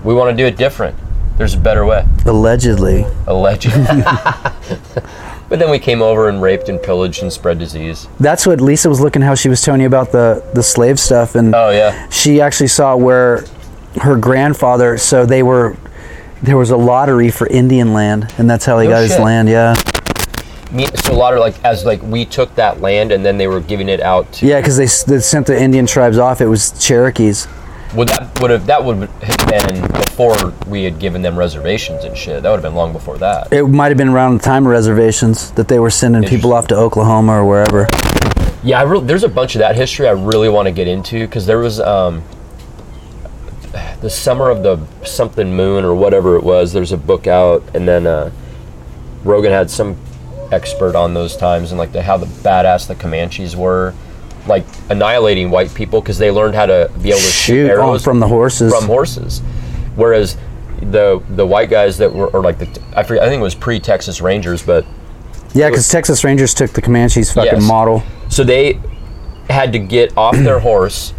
We want to do it different. There's a better way.
allegedly,
Alleged. but then we came over and raped and pillaged and spread disease.
that's what Lisa was looking how she was telling you about the the slave stuff, and
Oh yeah.
she actually saw where her grandfather. So they were there was a lottery for Indian land, and that's how they
No
got his
shit.
land. Yeah,
Me- So a lot of like as like we took that land and then they were giving it out to
yeah, because they, s- they sent the Indian tribes off. It was Cherokees.
would that would have that would have been before we had given them reservations and shit. That would have been long before that.
It might have been around the time of reservations that they were sending people
Interesting.
off to Oklahoma or wherever.
Oh, Yeah, I re- there's a bunch of that history I really want to get into because there was um, the summer of the something moon or whatever it was. There's a book out, and then uh, Rogan had some expert on those times and like the, how the badass the Comanches were, like annihilating white people because they learned how to be able to shoot,
Shoot, oh,
arrows
from the horses.
from horses. Whereas the the white guys that were or like the I forget I think it was pre Texas Rangers, but
Yeah, because Texas Rangers took the Comanches fucking
Yes.
model.
so they had to get off their horse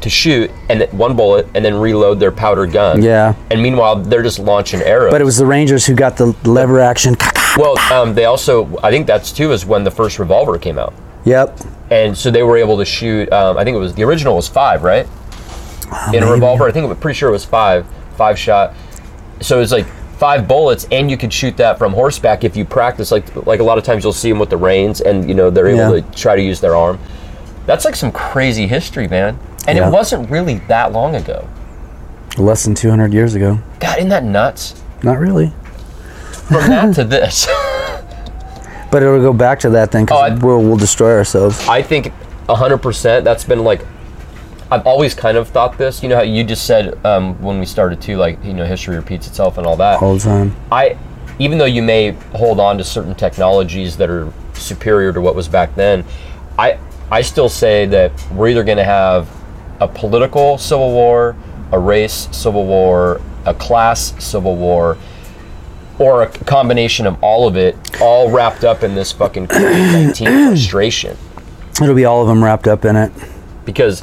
to shoot and th- one bullet and then reload their powder gun.
Yeah.
And meanwhile, they're just launching arrows.
But it was the Rangers who got the lever action.
well, um, they also I think that's too is when the first revolver came out,
Yep.
and so they were able to shoot. Um, I think it was the original was five, right?
Oh,
In a revolver, I think I'm pretty sure it was five, five shot. So it's like five bullets, and you could shoot that from horseback if you practice. Like like a lot of times you'll see them with the reins, and you know they're able
Yeah.
to try to use their arm. That's like some crazy history, man. And
Yeah.
it wasn't really that long ago.
Less than 200 years ago.
God, isn't that nuts?
Not really.
From that to this,
But it'll go back to that then
Oh,
because
I-
we'll, we'll destroy ourselves.
I think hundred percent. That's been like. I've always kind of thought this, you know. How you just said um, when we started too, like you know, history repeats itself and all that.
All the time.
I, even though you may hold on to certain technologies that are superior to what was back then, I I still say that we're either going to have a political civil war, a race civil war, a class civil war, or a combination of all of it, all wrapped up in this fucking COVID nineteen frustration.
It'll be all of them wrapped up in it.
Because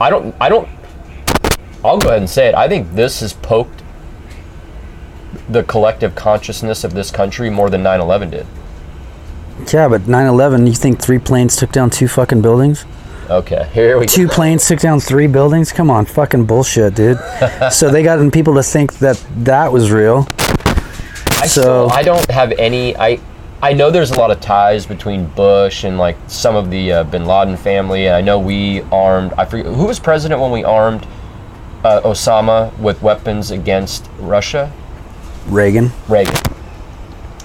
I don't I don't I'll go ahead and say it. I think this has poked the collective consciousness of this country more than 9/11 did.
Yeah, but 9 11, you think three planes took down two fucking buildings?
Okay, here we
Two
go.
planes took down three buildings? Come on, fucking bullshit, dude. so they got people to think that that was real. so-
I, still, I don't have any. I I know there's a lot of ties between Bush and like some of the uh, Bin Laden family. And I know we armed. I forget who was president when we armed uh, Osama with weapons against Russia.
Reagan.
Reagan.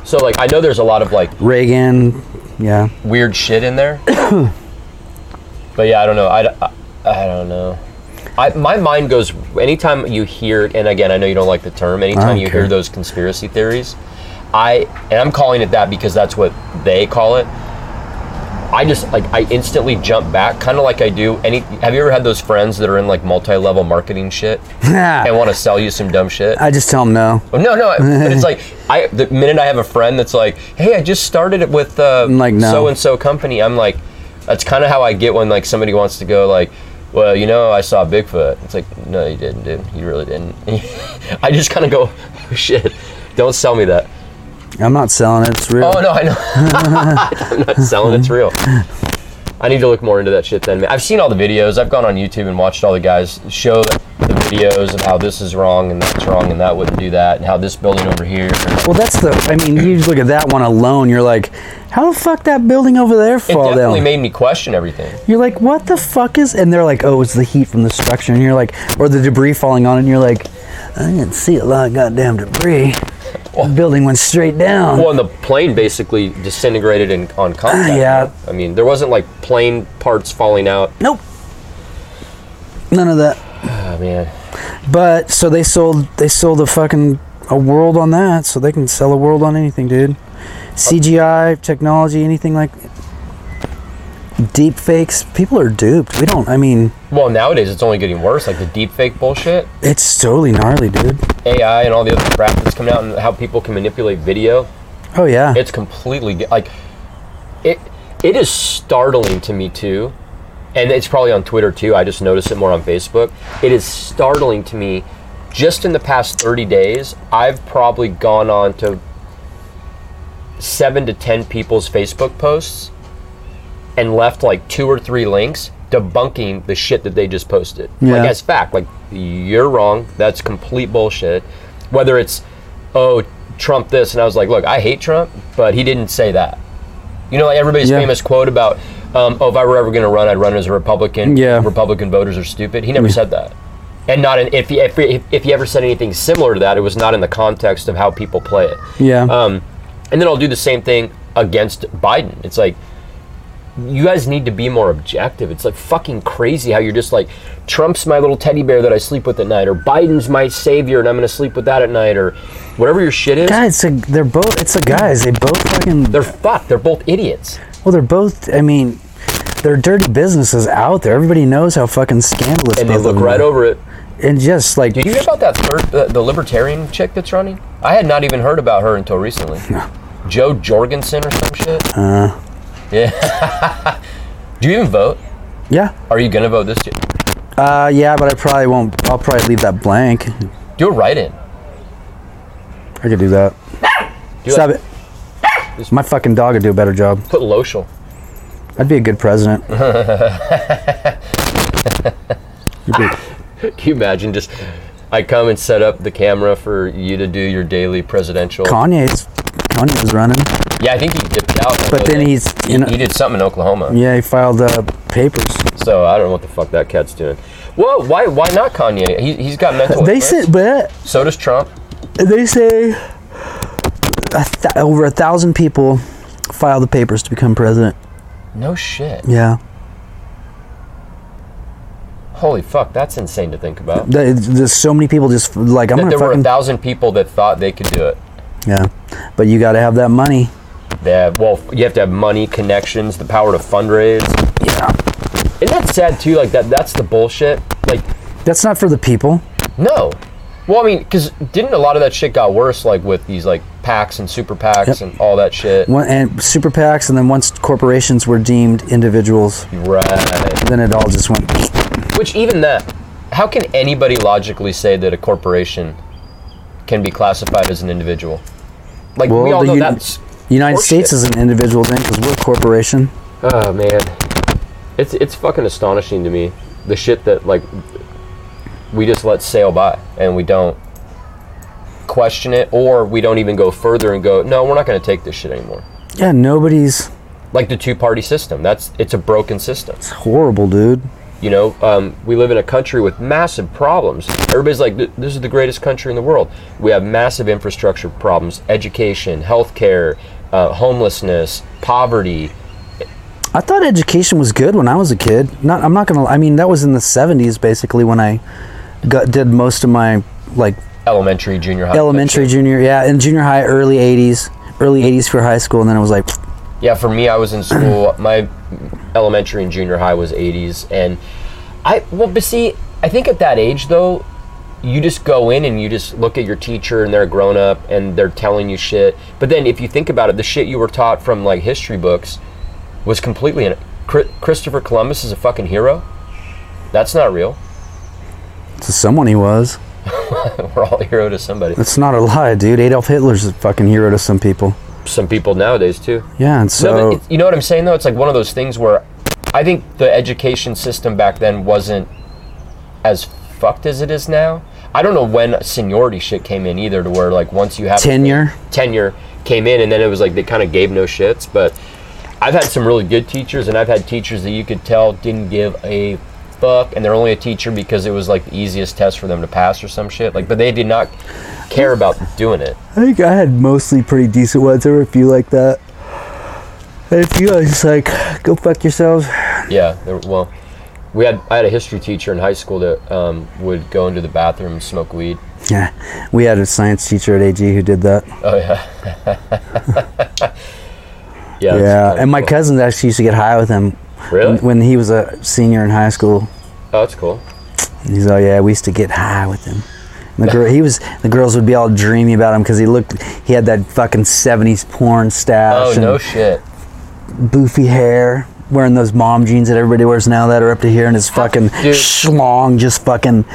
So like I know there's a lot of like
Reagan, yeah.
weird shit in there. but yeah, I don't know. I, I, I don't know. I, my mind goes anytime you hear and again I know you don't like the term anytime
don't
you
care.
hear those conspiracy theories I and I'm calling it that because that's what they call it I just like I instantly jump back kind of like I do any have you ever had those friends that are in like multi-level marketing shit and want to sell you some dumb shit
I just tell him no.
Well, no, no. But it's like I the minute I have a friend that's like, "Hey, I just started it with uh,
I'm like, no.
so and so company." I'm like, that's kind of how I get when like somebody wants to go like, "Well, you know, I saw Bigfoot." It's like, no, you didn't, dude. You really didn't. I just kind of go, "Oh, "Shit, don't sell me that."
I'm not selling it. It's real.
Oh no, I know. I'm not selling. It's real. I need to look more into that shit. Then man. I've seen all the videos. I've gone on YouTube and watched all the guys show the videos of how this is wrong and that's wrong and that wouldn't do that and how this building over here.
Well, that's the. I mean, you just look at that one alone. You're like, how the fuck that building over there
It
fall
definitely
down?
made me question everything.
you're like, what the fuck is? And they're like, oh, it's the heat from the structure. And you're like, or the debris falling on. it. And you're like, I didn't see a lot of goddamn debris. the building went straight down.
Well, and the plane basically disintegrated in, on contact.
Yeah.
I mean, there wasn't like plane parts falling out.
nope. None of that.
Oh man,
But so they sold they sold a fucking a world on that, so they can sell a world on anything, dude. CGI, technology, anything like deep fakes. People are duped. We don't I mean,
well nowadays it's only getting worse. Like the deep fake bullshit,
it's totally gnarly, dude.
AI, and all the other crap that's coming out, and how people can manipulate video.
Oh yeah.
It's completely ge- like it. It is startling to me too, and it's probably on Twitter too. I just notice it more on Facebook. It is startling to me. Just in the past thirty days, I've probably gone on to seven to ten people's Facebook posts and left like two or three links debunking the shit that they just posted. Like
Yeah.
as fact, like you're wrong. That's complete bullshit. Whether it's oh Trump this and I was like, look, I hate Trump, but he didn't say that. You know, like everybody's
Yeah.
famous quote about um, oh if I were ever going to run, I'd run as a Republican.
Yeah.
Republican voters are stupid. He never said that. And not in, if, he, if, he, if he ever said anything similar to that, it was not in the context of how people play it.
yeah.
Um, and then I'll do the same thing against Biden. It's like, you guys need to be more objective. It's like fucking crazy how you're just like, Trump's my little teddy bear that I sleep with at night, or Biden's my savior and I'm going to sleep with that at night, or whatever your shit is.
guys, so they're both it's the guys. They both fucking
They're fucked. They're both idiots.
well they're both I mean they're dirty businesses out there. Everybody knows how fucking scandalous
And they
both of
look
them
right
are.
over it.
and just like
Did you hear about that third, the, the libertarian chick that's running? I had not even heard about her until recently. Joe Jorgensen or some shit? Uh. Yeah. do you even vote?
Yeah.
Are you going to vote this year?
Uh yeah, but I probably won't I'll probably leave that blank.
Do a write in.
I could do that. Stop it. My fucking dog would do a better job.
Put Loshel.
I'd be a good president. You'd be-
Can you imagine just I come and set up the camera for you to do your daily presidential?
Kanye's Kanye was running,
yeah, I think he dipped out.
but then he's you know
he did something in Oklahoma.
yeah he filed uh, papers.
So I don't know what the fuck that cat's doing. Well, why why not Kanye? He has got mental.
They
illness.
said, but
so does Trump.
they say a th- over a thousand people filed the papers to become president.
No shit.
Yeah,
Holy fuck, that's insane to think about.
There- there's so many people just like I'm
That
gonna
there were a
fucking
thousand people that thought they could do it.
yeah, but you got to have that money.
They have, well, you have to have money, connections, the power to fundraise.
Yeah,
Isn't that sad too? Like that. That's the bullshit. Like
that's not for the people.
No. Well, I mean, because didn't a lot of that shit got worse, like with these like packs and super packs and all that shit?
One, and super PACs, and then once corporations were deemed individuals,
Right.
then it all just went.
Which even that, how can anybody logically say that a corporation can be classified as an individual? Like we
Well,
all
the
know
uni-
that's.
United
Horseshit.
States is an individual thing because we're a corporation.
Oh man, it's it's fucking astonishing to me the shit that like we just let sail by and we don't question it or we don't even go further and go no we're not going to take this shit anymore
Yeah, nobody's
like the two party system. That's it's a broken system.
it's horrible, dude.
You know, um, we live in a country with massive problems. Everybody's like, "Th- this is the greatest country in the world. We have massive infrastructure problems, education, healthcare, uh, homelessness, poverty.
I thought education was good when I was a kid. Not, I'm not gonna. I mean, that was in the '70s, basically, when I got, did most of my like
Elementary, junior high.
elementary, junior, yeah, and junior high, early '80s, early '80s for high school, and then it was like,
Yeah, for me, I was in school. My elementary and junior high was 80s, and I well, but see, I think at that age though, you just go in and you just look at your teacher, and they're a grown up, and they're telling you shit. But then, if you think about it, the shit you were taught from like history books was completely. In, Chri- Christopher Columbus is a fucking hero. That's not real.
to someone he was.
We're all a hero to somebody.
It's not a lie, dude. Adolf Hitler's a fucking hero to some people.
Some people nowadays too.
Yeah, and so
no, but it, you know what I'm saying though. It's like one of those things where I think the education system back then wasn't as fucked as it is now. I don't know when seniority shit came in either, to where like once you have
Tenure?
tenure came in, and then it was like they kind of gave no shits. But I've had some really good teachers, and I've had teachers that you could tell didn't give a fuck, and they're only a teacher because it was like the easiest test for them to pass or some shit. Like, but they did not care about doing it.
I think I had mostly pretty decent ones. There were a few like that. And a few I was just like, go fuck yourselves.
Yeah, there, well, we had I had a history teacher in high school that um, would go into the bathroom and smoke weed.
Yeah, we had a science teacher at AG who did that.
Oh yeah, yeah,
yeah,
that's
and my
cool.
cousins actually used to get high with him.
Really?
When, when he was a senior in high school,
Oh, that's cool.
And he's like, yeah, we used to get high with him. And the girl, he was the girls would be all dreamy about him because he looked, he had that fucking '70s porn
Oh
stash
no shit.
and boofy hair, wearing those mom jeans that everybody wears now that are up to here, and his fucking
Dude.
schlong just fucking,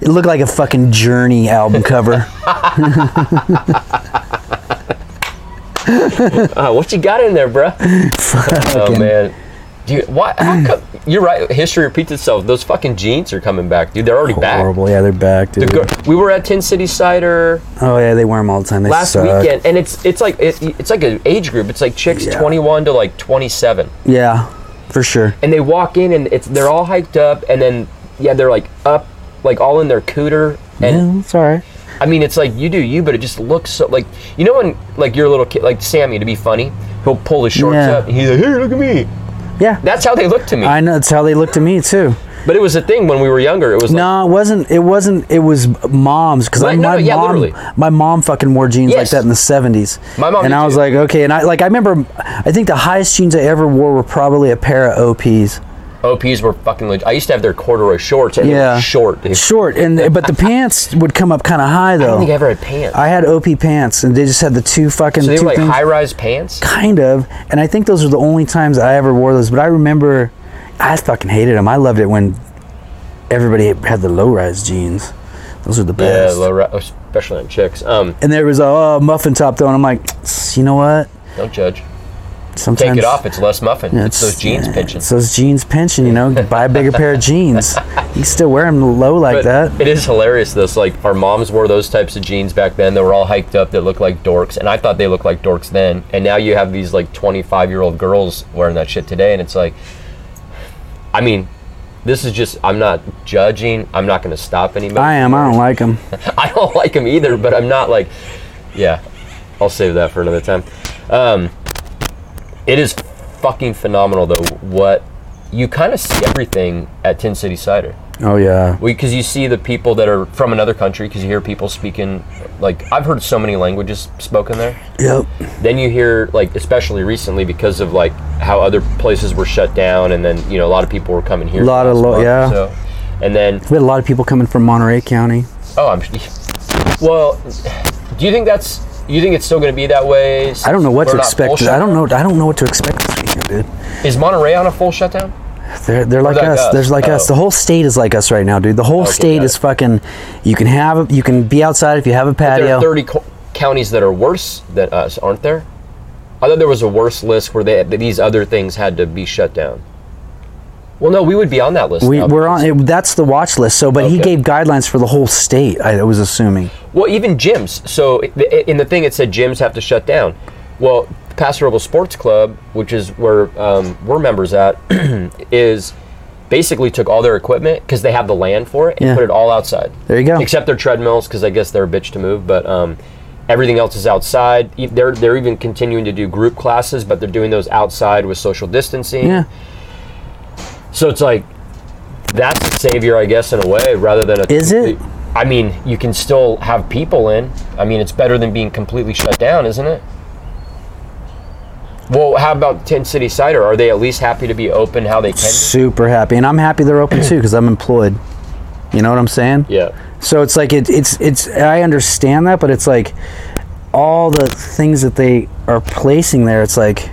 it looked like a fucking Journey album cover.
Uh, what you got in there, bruh? oh man, dude, why? How come? You're right. History repeats itself. Those fucking jeans are coming back, dude. They're already back.
Horrible. Yeah, they're back, dude.
Go- We were at Tin City Cider
oh yeah, they wear them all the time. They
last
suck.
weekend, and it's it's like it, it's like an age group. It's like chicks
Yeah.
21 to like 27.
Yeah, for sure.
and they walk in and it's they're all hiked up and then yeah they're like up like all in their cooter and
yeah, it's all right.
i mean it's like you do you but it just looks so like you know when like you're a little kid like sammy to be funny he'll pull his shorts
Yeah.
up and he's like here look at me
Yeah,
that's how they look to me
I know. It's how they look to me too.
but it was a thing when we were younger it was like
No, it wasn't. It wasn't. It was moms because
Right, no,
my
no, yeah,
mom,
literally.
my mom fucking wore jeans like
Yes.
that in the seventies.
My mom
and
did
I was
too.
like, okay, and I like I remember, I think the highest jeans I ever wore were probably a pair of ops.
ops were fucking legit i used to have their corduroy shorts and yeah.
Yeah,
short dude.
short, and but the pants would come up kind of high
i
though.
don't think i ever had pants
I had op pants, and they just had the two fucking
so they
two
were like
things.
high-rise pants
kind of and i think those were the only times i ever wore those but i remember i fucking hated them i loved it when everybody had the low-rise jeans those were the
yeah
best
low ri- especially on chicks um
and there was a oh, muffin top though and i'm like you know what
don't judge
sometimes
take it off it's less muffin
yeah,
it's, those jeans
yeah,
pinching
it's those jeans pinching you know buy a bigger pair of jeans you can still wear them low like
But
that
It is hilarious. This like our moms wore those types of jeans back then. They were all hiked up. That looked like dorks, and I thought they looked like dorks then. And now you have these like 25 year old girls wearing that shit today, and it's like, I mean, this is just. I'm not judging. I'm not going to stop anybody.
i am i don't like them
I don't like them either, but I'm not like, yeah. I'll save that for another time. Um, it is fucking phenomenal though. What you kind of see everything at Tin City Cider
oh yeah
because you see the people that are from another country because you hear people speaking like i've heard so many languages spoken there
yep
then you hear like especially recently because of like how other places were shut down and then you know a lot of people were coming here
Lot of
last
lo-
month or
yeah.
so. and then
we had a lot of people coming from monterey county
oh i'm well do you think that's you think it's still going to be that way
i don't know what
We're
to
not
expect
full
i don't know i don't know what to expect this weekend dude
shutdown? is monterey on a full shutdown
They're, they're like
like
us.
us.
There's like us.
Oh.
The whole state is like us right now, dude. The whole state
got
is
it.
fucking. You can have. You can be outside if you have a
there
patio.
are 30 co- counties that are worse than us aren't there i thought there was a worse list where they, that these other things had to be shut down well no we would be on that list
we,
now
we're
because-
on. It, that's the watch list. So, but he
Okay.
gave guidelines for the whole state. I was assuming.
well even gyms so i- i- in the thing it said gyms have to shut down well paso robles sports club which is where um, we're members at is basically took all their equipment because they have the land for it and
Yeah.
put it all outside.
There you go.
Except their treadmills because I guess they're a bitch to move, but um, everything else is outside. E- They're they're even continuing to do group classes, but they're doing those outside with social distancing.
Yeah.
So it's like that's the savior, I guess, in a way, rather than a.
Is it?
I mean, you can still have people in. I mean, it's better than being completely shut down, isn't it? Well, how about Tin City Cider? Are they at least happy to be open how they can? be?
Super happy, and I'm happy they're open too because I'm employed. You know what I'm saying?
Yeah.
So it's like it, it's it's I understand that, but it's like all the things that they are placing there. It's like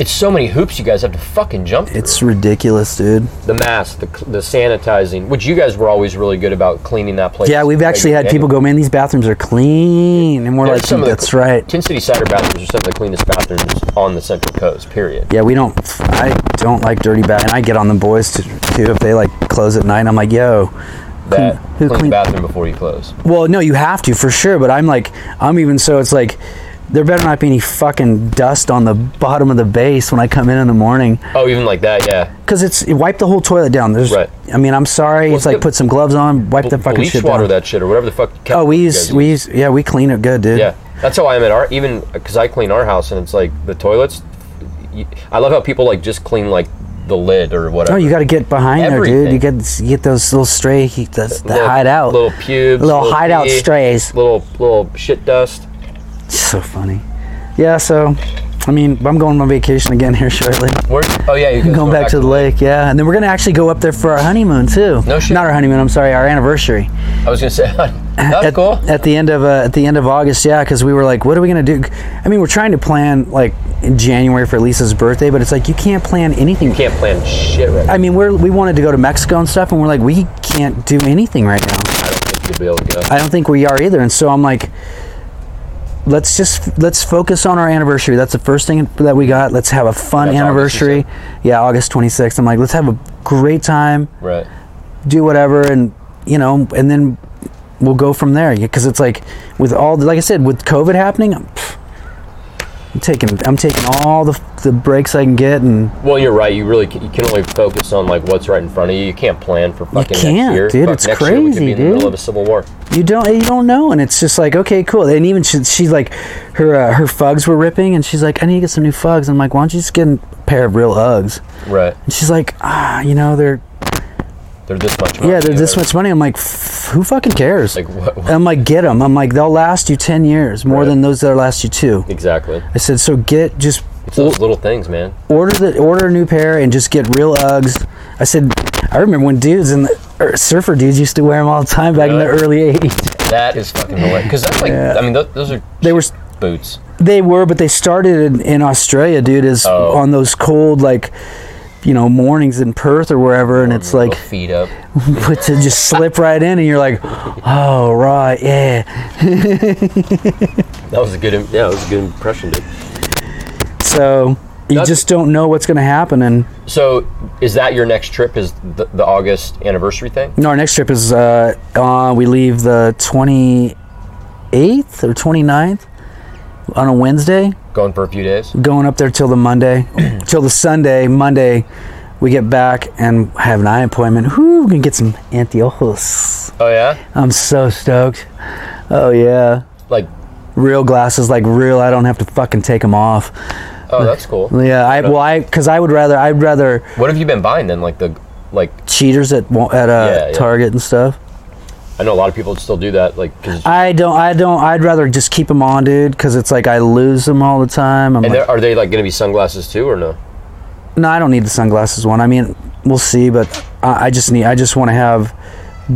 It's so many hoops you guys have to fucking jump through.
it's ridiculous, dude.
the mask, the, the sanitizing, which you guys were always really good about cleaning that place.
Yeah, we've actually had people go, man, these bathrooms are clean, and we're
There's
like,
some of the-
that's right.
Tin City Cider bathrooms are some of the cleanest bathrooms on the Central Coast. Period.
Yeah, we don't. I don't like dirty bath, and I get on the boys to, too if they like close at night. I'm like, yo,
That
who
clean the
Mm. clean-
bathroom before you close.
Well, no, you have to for sure. But I'm like, I'm even so. It's like there better not be any fucking dust on the bottom of the base when I come in in the morning
Oh, even like that, yeah.
because it's wipe the whole toilet down. There's,
Right.
I mean, I'm sorry. it's
the-
like put some gloves on, wipe the
Ble-
fucking
bleach
shit
water
down.
that shit or whatever the fuck.
oh, we
you
use
guys
we use yeah we clean it good, dude.
Yeah, that's how I am at our even because I clean our house and it's like the toilets. y- I love how people like just clean like the lid or
No,
whatever.
you got to get behind there, dude. You
Everything.
get you get those little stray he- those the
Little-
hideout
little pubes,
little, hideout
pee,
strays.
little little shit dust.
So funny. Yeah, so I mean, I'm going on vacation again here shortly.
Where? Oh yeah, you guys
Going back, to the
lake.
lake, yeah. And then we're gonna actually go up there for our honeymoon too.
No shit.
Not our honeymoon. I'm sorry, our anniversary.
I was gonna say that's
at,
cool.
At the end of uh, at the end of August, yeah, because we were like, what are we gonna do? I mean, we're trying to plan like in January for Lisa's birthday, but it's like you can't plan anything.
Can't plan shit right now.
I mean, we're we wanted to go to Mexico and stuff, and we're like, we can't do anything right now.
I don't think you'll be able to go.
I don't think we are either. And so I'm like, let's just let's focus on our anniversary. That's the first thing that we got. Let's have a fun
That's August, you
anniversary. yeah, August 26th. I'm like, let's have a great time,
Right.
do whatever, and you know, and then we'll go from there. Because it's like with all, the, like I said, with COVID happening, I'm, pff, I'm taking I'm taking all the the breaks I can get, and
Well, you're right. You really c you can only focus on like what's right in front of you. You can't plan for fucking
can't,
next
dude.
year. Fuck,
It's
next Year we could
crazy,
be in the middle
dude.
of a civil war.
you don't you don't know, and it's just like okay, cool. And even she, she's like, her uh, her fugs were ripping, and she's like, I need to get some new fugs. I'm like, why don't you just get a pair of real Uggs?
Right.
And she's like, ah, you know, they're
They're this much.
yeah,
money,
they're this
whatever.
much money. I'm like, "F- who fucking cares?
Like what? what-
I'm like, get them. I'm like, they'll last you ten years more
Right.
than those that last you two.
Exactly.
I said, so get just
It's those little things, man.
order the order a new pair and just get real Uggs. I said, I remember when dudes and er, surfer dudes used to wear them all the time back in the
Really?
early '80s.
That is fucking hilarious. Because that's like, I mean, th- those are
They were.
boots.
They were, but they started in, in Australia, dude. Is
Oh.
on those cold like, you know, mornings in Perth or wherever, and it's like
Little feet up.
put to just slip right in, and you're like, oh right, yeah.
That was a good. im- Yeah, it was a good impression, dude.
So you
That's-
just don't know what's gonna happen, and
So, is that your next trip? Is the, the August anniversary thing?
no, our next trip is uh, uh we leave the 28th or 29th on a Wednesday,
Going for a few days.
going up there till the Monday, till the Sunday. Monday, we get back and have an eye appointment. Whoo, we can get some anteojos.
Oh yeah.
I'm so stoked. Oh yeah.
Like,
Real glasses, like real. I don't have to fucking take them off.
oh, that's cool.
Yeah, I well, I because I would rather I'd rather
What have you been buying then? Like the, like
cheaters at wa- at uh,
Yeah, yeah.
Target and stuff.
I know a lot of people still do that. Like, 'cause-
I don't, I don't, I'd rather just keep them on, dude, because it's like I lose them all the time. I'm
and
like,
there, are they like going to be sunglasses too or no?
no, I don't need the sunglasses one. I mean, we'll see, but I, I just need, I just want to have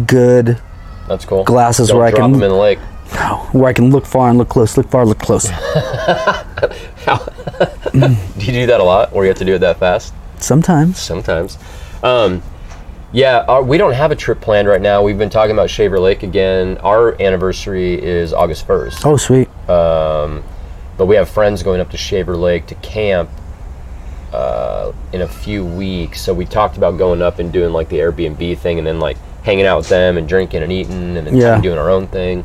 good
That's cool.
Glasses
Don't
where I
drop
can-
them in the lake.
where I can look far and look close, look far, look close.
Do you do that a lot, or you have to do it that fast?
Sometimes,
Sometimes. Um, yeah, our, we don't have a trip planned right now. We've been talking about Shaver Lake again. Our anniversary is August first.
oh sweet,
but we have friends going up to Shaver Lake to camp uh, in a few weeks. So we talked about going up and doing like the Airbnb thing, and then like hanging out with them and drinking and eating, and then
Yeah.
doing our own thing.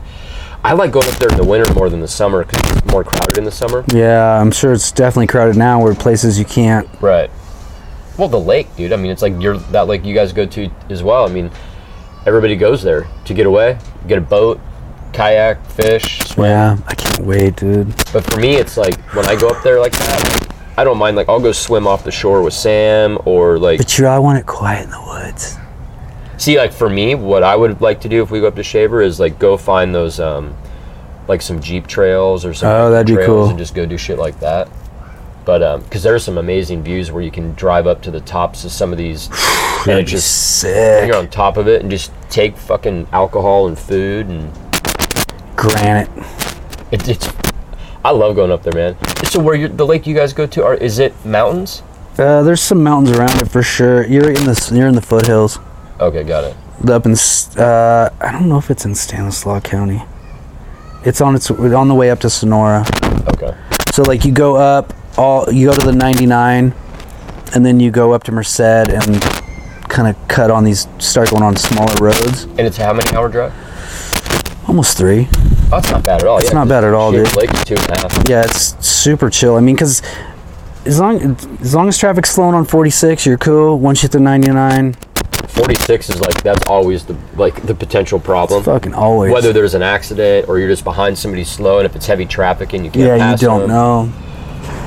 I like going up there in the winter more than the summer because it's more crowded in the summer.
yeah, I'm sure it's definitely crowded now. Where places you can't,
Right. Well, the lake, dude. I mean, it's like you're that lake you guys go to as well. I mean, everybody goes there to get away, get a boat, kayak, fish.
Yeah, I can't wait, dude.
But for me, it's like when I go up there like that, I don't mind. Like I'll go swim off the shore with Sam or like
But you, I want it quiet in the woods.
see like for me, what I would like to do if we go up to Shaver is like go find those um like some jeep trails or some
Oh, that'd be
trails
cool.
and just go do shit like that. But um, because there are some amazing views where you can drive up to the tops of some of these, and it
That'd be
just
sick.
you're on top of it and just take fucking alcohol and food and
Granite.
it, it's i love going up there man so where you the lake you guys go to are is it mountains
Uh, there's some mountains around it for sure. You're in the you're in the foothills.
okay got it
Up in S- uh, I don't know if it's in Stanislaus County. It's on its on the way up to Sonora.
okay
So like you go up all you go to the 99 and then you go up to Merced and kind of cut on these start going on smaller roads.
and it's how many hour drive
Almost 3.
oh it's not bad at all it's
not bad at all, dude.
lake is two and a half
Yeah, it's super chill. I mean cuz as long as long as traffic's slowing on 46, you're cool. Once you hit the 99,
46 is like that's always the like the potential problem
fucking always.
whether there's an accident or you're just behind somebody slow and if it's heavy traffic and you can't
yeah, you
pass
don't
them.
know.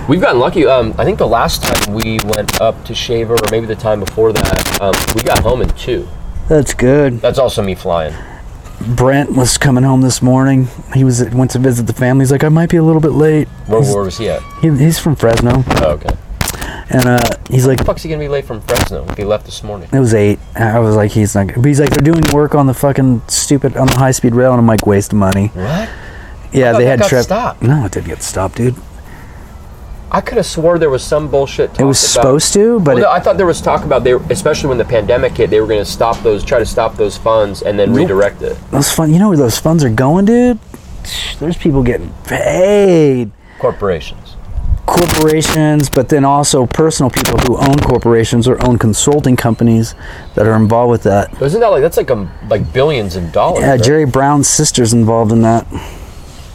We've gotten lucky. Um, I think the last time we went up to Shaver, or maybe the time before that, um, we got home in two.
That's good.
That's also me flying.
Brent was coming home this morning. He was went to visit the family. He's like, I might be a little bit late.
Where, where was he at?
He, he's from Fresno,
Oh, okay.
and uh, he's like,
The fuck's he gonna be late from Fresno if he left this morning?
It was eight. I was like, he's not. But he's like, they're doing work on the fucking stupid on the high speed rail, and I'm like, waste of money.
What?
Yeah,
thought
they
that
had
got
trip.
stopped.
No, it didn't get stopped, dude.
I could have swore there was some bullshit.
It was supposed to, but
Well, no,
it,
I thought there was talk about they, were- especially when the pandemic hit, they were gonna stop those, try to stop those funds, and then redirect it.
those fun. You know where those funds are going, dude? Shh, There's people getting paid.
Corporations.
Corporations, but then also personal people who own corporations or own consulting companies that are involved with that.
Isn't that like that's like a like billions of dollars?
Yeah,
right?
Jerry Brown's sister's involved in that.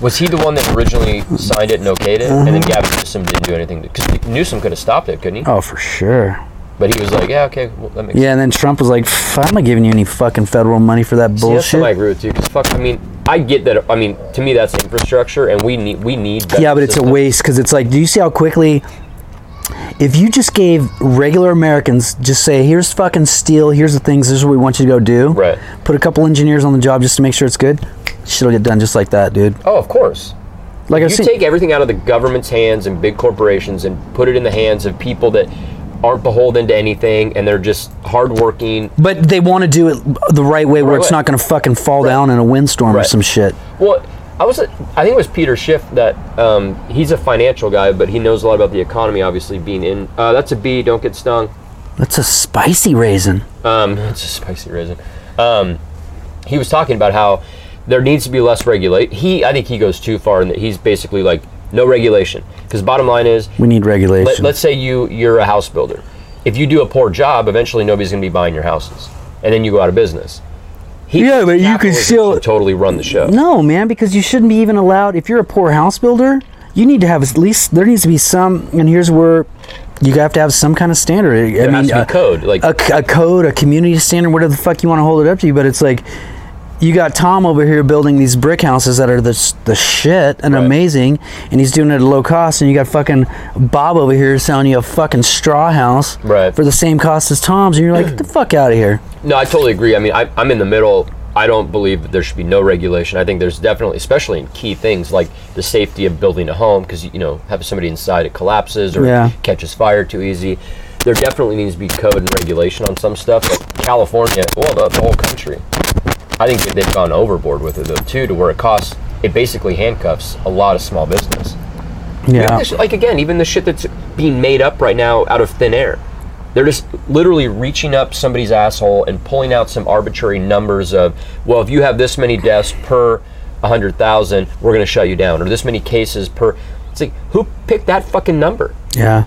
Was he the one that originally signed it and okayed it, and then
Uh-huh.
Gavin Newsom didn't do anything? Because Newsom could have stopped it, couldn't he?
Oh, for sure.
But he was like, "Yeah, okay, well, that makes
Yeah, and then Trump was like, "Pff, "I'm not giving you any fucking federal money for that
See, that's
bullshit."
something I agree with you. 'cause fuck, I mean, I get that. I mean, to me, that's infrastructure, and we need we need. better
Yeah, but it's a
systems.
waste because it's like, do you see how quickly? If you just gave regular Americans, just say, here's fucking steel, here's the things, this is what we want you to go do.
Right.
Put a couple engineers on the job just to make sure it's good. Shit'll get done just like that, dude.
Oh, of course.
Like I've
You
seen,
take everything out of the government's hands and big corporations and put it in the hands of people that aren't beholden to anything and they're just hardworking.
but they want to do it the right way, where
Right
it's
way.
not going to fucking fall down in a windstorm
Right.
or some shit.
Well, I was, I think it was Peter Schiff that um, he's a financial guy, but he knows a lot about the economy. Obviously, being in uh, that's a bee. Don't get stung.
That's a spicy raisin.
Um, it's a spicy raisin. Um, he was talking about how there needs to be less regulate. He, I think he goes too far, and that he's basically like no regulation. Because bottom line is,
We need regulation.
let, let's say you you're a house builder. If you do a poor job, eventually nobody's going to be buying your houses, and then you go out of business. He,
Yeah, but you could
capitalism
still-
should totally run the show.
No, man, because you shouldn't be even allowed. If you're a poor house builder, you need to have at least there needs to be some. And here's where you have to have some kind of standard. I
there
mean,
has to be
a-
code. Like
a, c- a code, a community standard, whatever the fuck you want to hold it up to. But it's like you got Tom over here building these brick houses that are the s- the shit and
Right.
amazing, and he's doing it at low cost. And you got fucking Bob over here selling you a fucking straw house
Right.
for the same cost as Tom's, and you're like, get the fuck out of here.
No, I totally agree. I mean, I, I'm in the middle. I don't believe that there should be no regulation. I think there's definitely, especially in key things like the safety of building a home, because you know, have somebody inside it collapses or
Yeah.
catches fire too easy. There definitely needs to be code and regulation on some stuff. Like California, well, the, the whole country. I think that they've gone overboard with it though too, to where it costs. It basically handcuffs a lot of small business.
Yeah.
This- Like again, even the shit that's being made up right now out of thin air. They're just literally reaching up somebody's asshole and pulling out some arbitrary numbers of, well, if you have this many deaths per 100,000, we're going to shut you down, or this many cases per. It's like, who picked that fucking number?
Yeah.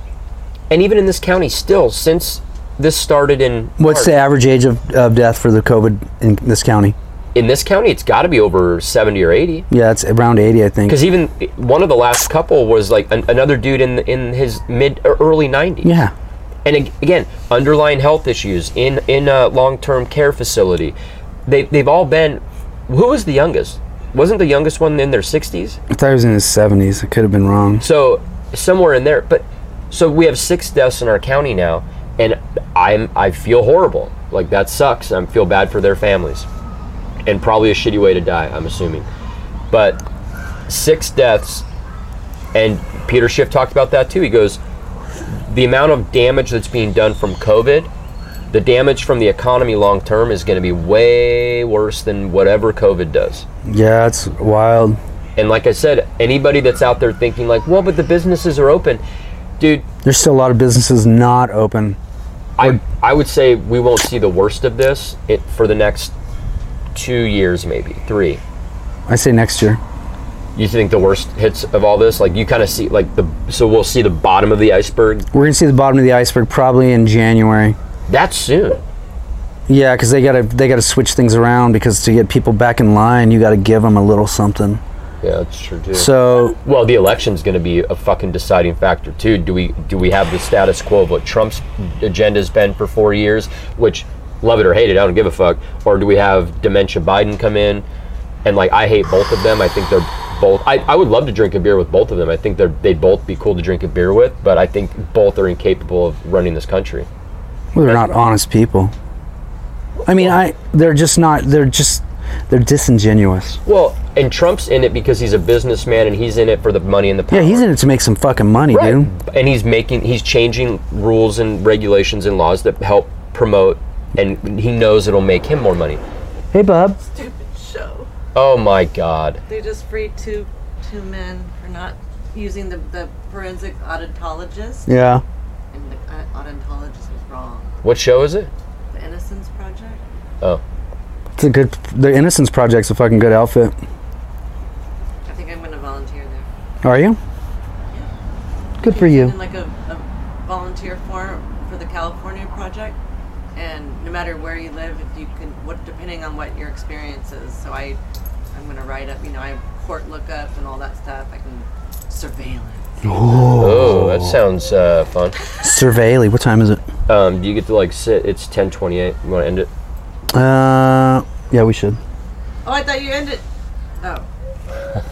And even in this county, still, since this started in.
What's the
March,
average age of, of death for the COVID in this county?
In this county, it's got to be over 70 or 80.
Yeah, it's around 80, I think.
Because even one of the last couple was like an, another dude in in his mid or early 90s.
Yeah.
and ag- again, underlying health issues in in a long term care facility. They they've all been. Who was the youngest? Wasn't the youngest one in their sixties?
I thought he was in his 70s. I could have been wrong.
So somewhere in there, but so we have six deaths in our county now, and I'm I feel horrible. Like that sucks. I feel bad for their families, and probably a shitty way to die. I'm assuming, but six deaths, and Peter Schiff talked about that too. He goes, the amount of damage that's being done from COVID, the damage from the economy long term is going to be way worse than whatever COVID does.
Yeah, it's wild.
And like I said, anybody that's out there thinking like, well, but the businesses are open, dude.
There's still a lot of businesses not open.
I I would say we won't see the worst of this it, for the next two years, maybe three.
I say next year.
You think the worst hits of all this? Like you kind of see like the so we'll see the bottom of the iceberg.
We're going to see the bottom of the iceberg probably in January.
That's soon.
Yeah, because they gotta they gotta switch things around because to get people back in line, you gotta give them a little something.
Yeah, that's true too.
So
well, the election's going to be a fucking deciding factor too. Do we do we have the status quo of what Trump's agenda's been for four years, which love it or hate it, I don't give a fuck, or do we have dementia Biden come in? And like, I hate both of them. I think they're both. I, I would love to drink a beer with both of them. I think they're they'd both be cool to drink a beer with, but I think both are incapable of running this country.
well, they're not honest people. I mean, I they're just not. They're just they're disingenuous.
Well, and Trump's in it because he's a businessman and he's in it for the money and the power.
Yeah, he's in it to make some fucking money,
Right.
dude.
And he's making he's changing rules and regulations and laws that help promote and he knows it'll make him more money.
Hey, Bob.
stupid show.
Oh my god.
They just freed two two men for not using the, the forensic odontologist,
Yeah.
and the uh, odontologist was wrong.
What show is it?
The Innocence Project.
Oh.
It's a good. The Innocence Project's a fucking good outfit.
I think I'm going to volunteer there.
Are you? Good for you.
In like a, a volunteer form for the California Project, and no matter where you live, if you can, what depending on what your experience is. So I, I'm going to write up. You know, I have court lookups and all that stuff. I can surveillance.
Oh, that sounds uh, fun.
Surveilly. What time is it?
Um, do you get to like sit it's ten twenty eight. You wanna end it?
Uh, yeah, we should.
Oh, I thought you ended. Oh,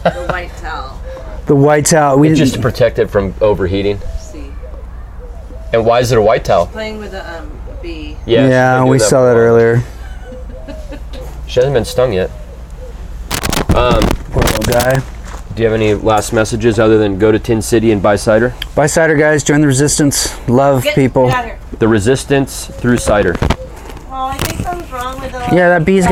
the white towel.
The whites out. We
Just to
didn't-
protect it from overheating.
See,
And why is it a white towel?
playing with a um, bee.
she's
yeah,
been doing
we saw that
for a while.
earlier.
She hasn't been stung yet.
Poor little guy.
Do you have any last messages other than go to Tin City and buy cider?
Buy cider, guys. Join the resistance. Love
Get,
people.
Get out of here.
The resistance through cider.
Oh, I think something's wrong with the.
Yeah, that bee's